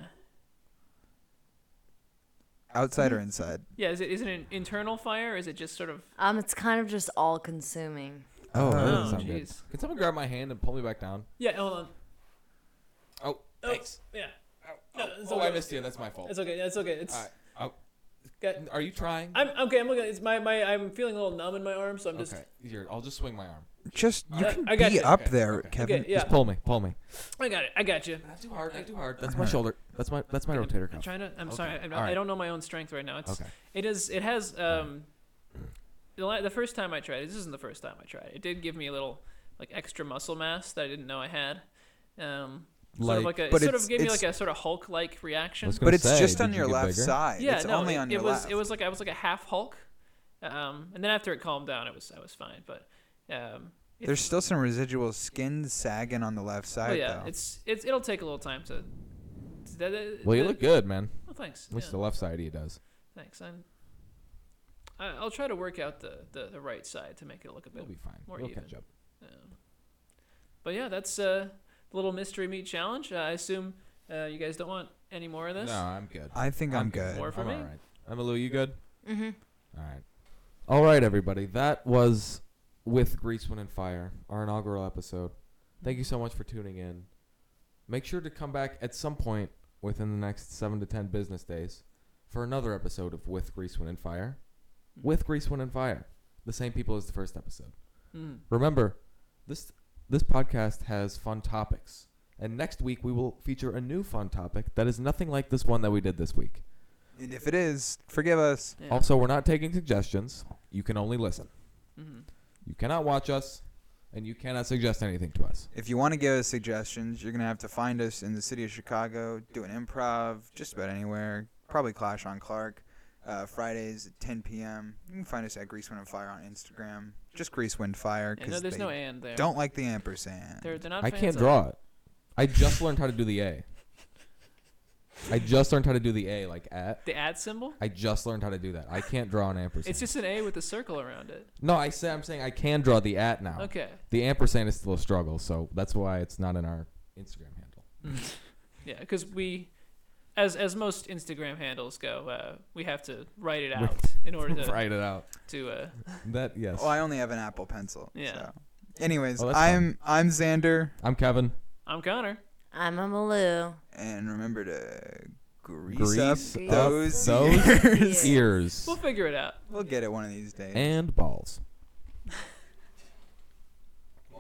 Speaker 3: outside or inside?
Speaker 2: Yeah, is it is it an internal fire? Or is it just sort of?
Speaker 4: Um, it's kind of just all consuming.
Speaker 5: oh, that
Speaker 2: Oh,
Speaker 5: doesn't sound good.
Speaker 2: jeez.
Speaker 5: Can someone grab my hand and pull me back down?
Speaker 2: Yeah, hold on.
Speaker 5: Oh, thanks.
Speaker 2: Yeah,
Speaker 5: Oh,
Speaker 2: it's
Speaker 5: oh,
Speaker 2: okay.
Speaker 5: I missed you. That's my fault.
Speaker 2: it's okay. That's okay. It's.
Speaker 5: All right. Oh,
Speaker 2: got-
Speaker 5: are you trying?
Speaker 2: I'm okay. I'm looking. It's my my. I'm feeling a little numb in my arm, so I'm just.
Speaker 5: okay. Here, I'll just swing my arm.
Speaker 3: Just you
Speaker 2: Uh,
Speaker 3: can
Speaker 2: I got
Speaker 3: be
Speaker 2: you.
Speaker 3: up
Speaker 5: Okay,
Speaker 3: there,
Speaker 5: okay.
Speaker 3: Kevin.
Speaker 2: Okay. Yeah.
Speaker 5: Just pull me. Pull me.
Speaker 2: I got it. I got you.
Speaker 5: Not too hard. Not too hard. That's my shoulder. That's my that's my rotator
Speaker 2: I'm
Speaker 5: cuff.
Speaker 2: trying to. I'm
Speaker 5: Okay.
Speaker 2: sorry. I'm not,
Speaker 5: All right.
Speaker 2: I don't know my own strength right now. It's.
Speaker 5: Okay.
Speaker 2: It is. It has. Um. The, la- the first time I tried. This isn't the first time I tried. It did give me a little, like extra muscle mass that I didn't know I had. Um. sort of
Speaker 5: Like-
Speaker 2: like a. It
Speaker 3: But
Speaker 2: sort
Speaker 3: it's-
Speaker 2: of gave me
Speaker 3: it's-
Speaker 2: like a sort of Hulk like reaction.
Speaker 5: Let's go-
Speaker 3: But
Speaker 5: gonna
Speaker 3: it's
Speaker 5: say,
Speaker 3: just on
Speaker 5: did
Speaker 3: your
Speaker 5: you get
Speaker 3: left
Speaker 5: bigger?
Speaker 3: side.
Speaker 2: Yeah,
Speaker 3: it's
Speaker 2: no,
Speaker 3: only
Speaker 2: it,
Speaker 3: on
Speaker 2: it
Speaker 3: your
Speaker 2: was
Speaker 3: left.
Speaker 2: it was like I was like a half Hulk, um, and then after it calmed down, it was I was fine. But um, it-
Speaker 3: There's still some residual skin sagging on the left
Speaker 2: but
Speaker 3: side,
Speaker 2: yeah,
Speaker 3: though.
Speaker 2: it's it's it'll take a little time to. to- that- that-
Speaker 5: Well, you
Speaker 2: that-
Speaker 5: look good, man.
Speaker 2: Oh, thanks.
Speaker 5: At least
Speaker 2: yeah,
Speaker 5: the left side of you does.
Speaker 2: Thanks. I'm. I- I'll try to work out the, the, the right side to make it look a
Speaker 5: You'll
Speaker 2: bit.
Speaker 5: be fine.
Speaker 2: More
Speaker 5: we'll
Speaker 2: even.
Speaker 5: catch up.
Speaker 2: Um, but yeah, that's uh, the little mystery meat challenge. Uh, I assume uh, you guys don't want any more of this.
Speaker 5: No, I'm good.
Speaker 3: I think I'm, good.
Speaker 2: More for
Speaker 5: I'm
Speaker 2: me. Mm-hmm.
Speaker 5: all right. Emily, you good?
Speaker 4: Mhm.
Speaker 5: All right. All right, everybody. That was with Grease, Wind, and Fire, our inaugural episode. Thank you so much for tuning in. Make sure to come back at some point within the next seven to ten business days for another episode of With Grease, Wind, and Fire.
Speaker 2: Mm-hmm.
Speaker 5: With Grease, Wind, and Fire, the same people as the first episode.
Speaker 2: Mm.
Speaker 5: Remember, this this podcast has fun topics, and next week we will feature a new fun topic that is nothing like this one that we did this week.
Speaker 3: And if it is, forgive us.
Speaker 2: Yeah.
Speaker 5: Also, we're not taking suggestions. You can only listen.
Speaker 2: Mm-hmm.
Speaker 5: You cannot watch us, and you cannot suggest anything to us.
Speaker 3: If you want to give us suggestions, you're going to have to find us in the city of Chicago, do an improv, just about anywhere. Probably Clash on Clark. Uh, Fridays at 10 p.m. You can find us at Grease, Wind, and Fire on Instagram. Just Grease, Wind, Fire.
Speaker 2: And no,
Speaker 3: Because
Speaker 2: there's
Speaker 3: they
Speaker 2: no and there.
Speaker 3: don't like the ampersand.
Speaker 2: They're, they're not
Speaker 5: I
Speaker 2: fans
Speaker 5: can't
Speaker 2: of
Speaker 5: draw it. I just learned how to do the A. I just learned how to do the A, like at.
Speaker 2: The at symbol?
Speaker 5: I just learned how to do that. I can't draw an ampersand.
Speaker 2: It's just an A with a circle around it.
Speaker 5: no. I said I'm saying I can draw the at now.
Speaker 2: Okay.
Speaker 5: The ampersand is still a struggle, so that's why it's not in our Instagram handle.
Speaker 2: Yeah, because we, as as most Instagram handles go, uh, we have to write it out in order to
Speaker 5: Write it out. Oh,
Speaker 2: to. Uh,
Speaker 5: That yes.
Speaker 3: Well, I only have an Apple pencil.
Speaker 2: Yeah.
Speaker 3: So. Anyways,
Speaker 5: Oh, that's
Speaker 3: I'm I'm Xander,
Speaker 5: I'm Kevin.
Speaker 2: I'm Connor.
Speaker 4: I'm a Malou.
Speaker 3: and remember to grease,
Speaker 5: Grease
Speaker 3: up
Speaker 5: up
Speaker 3: those,
Speaker 5: those
Speaker 3: ears.
Speaker 2: We'll figure it out.
Speaker 3: we'll get it one of these days.
Speaker 5: and balls.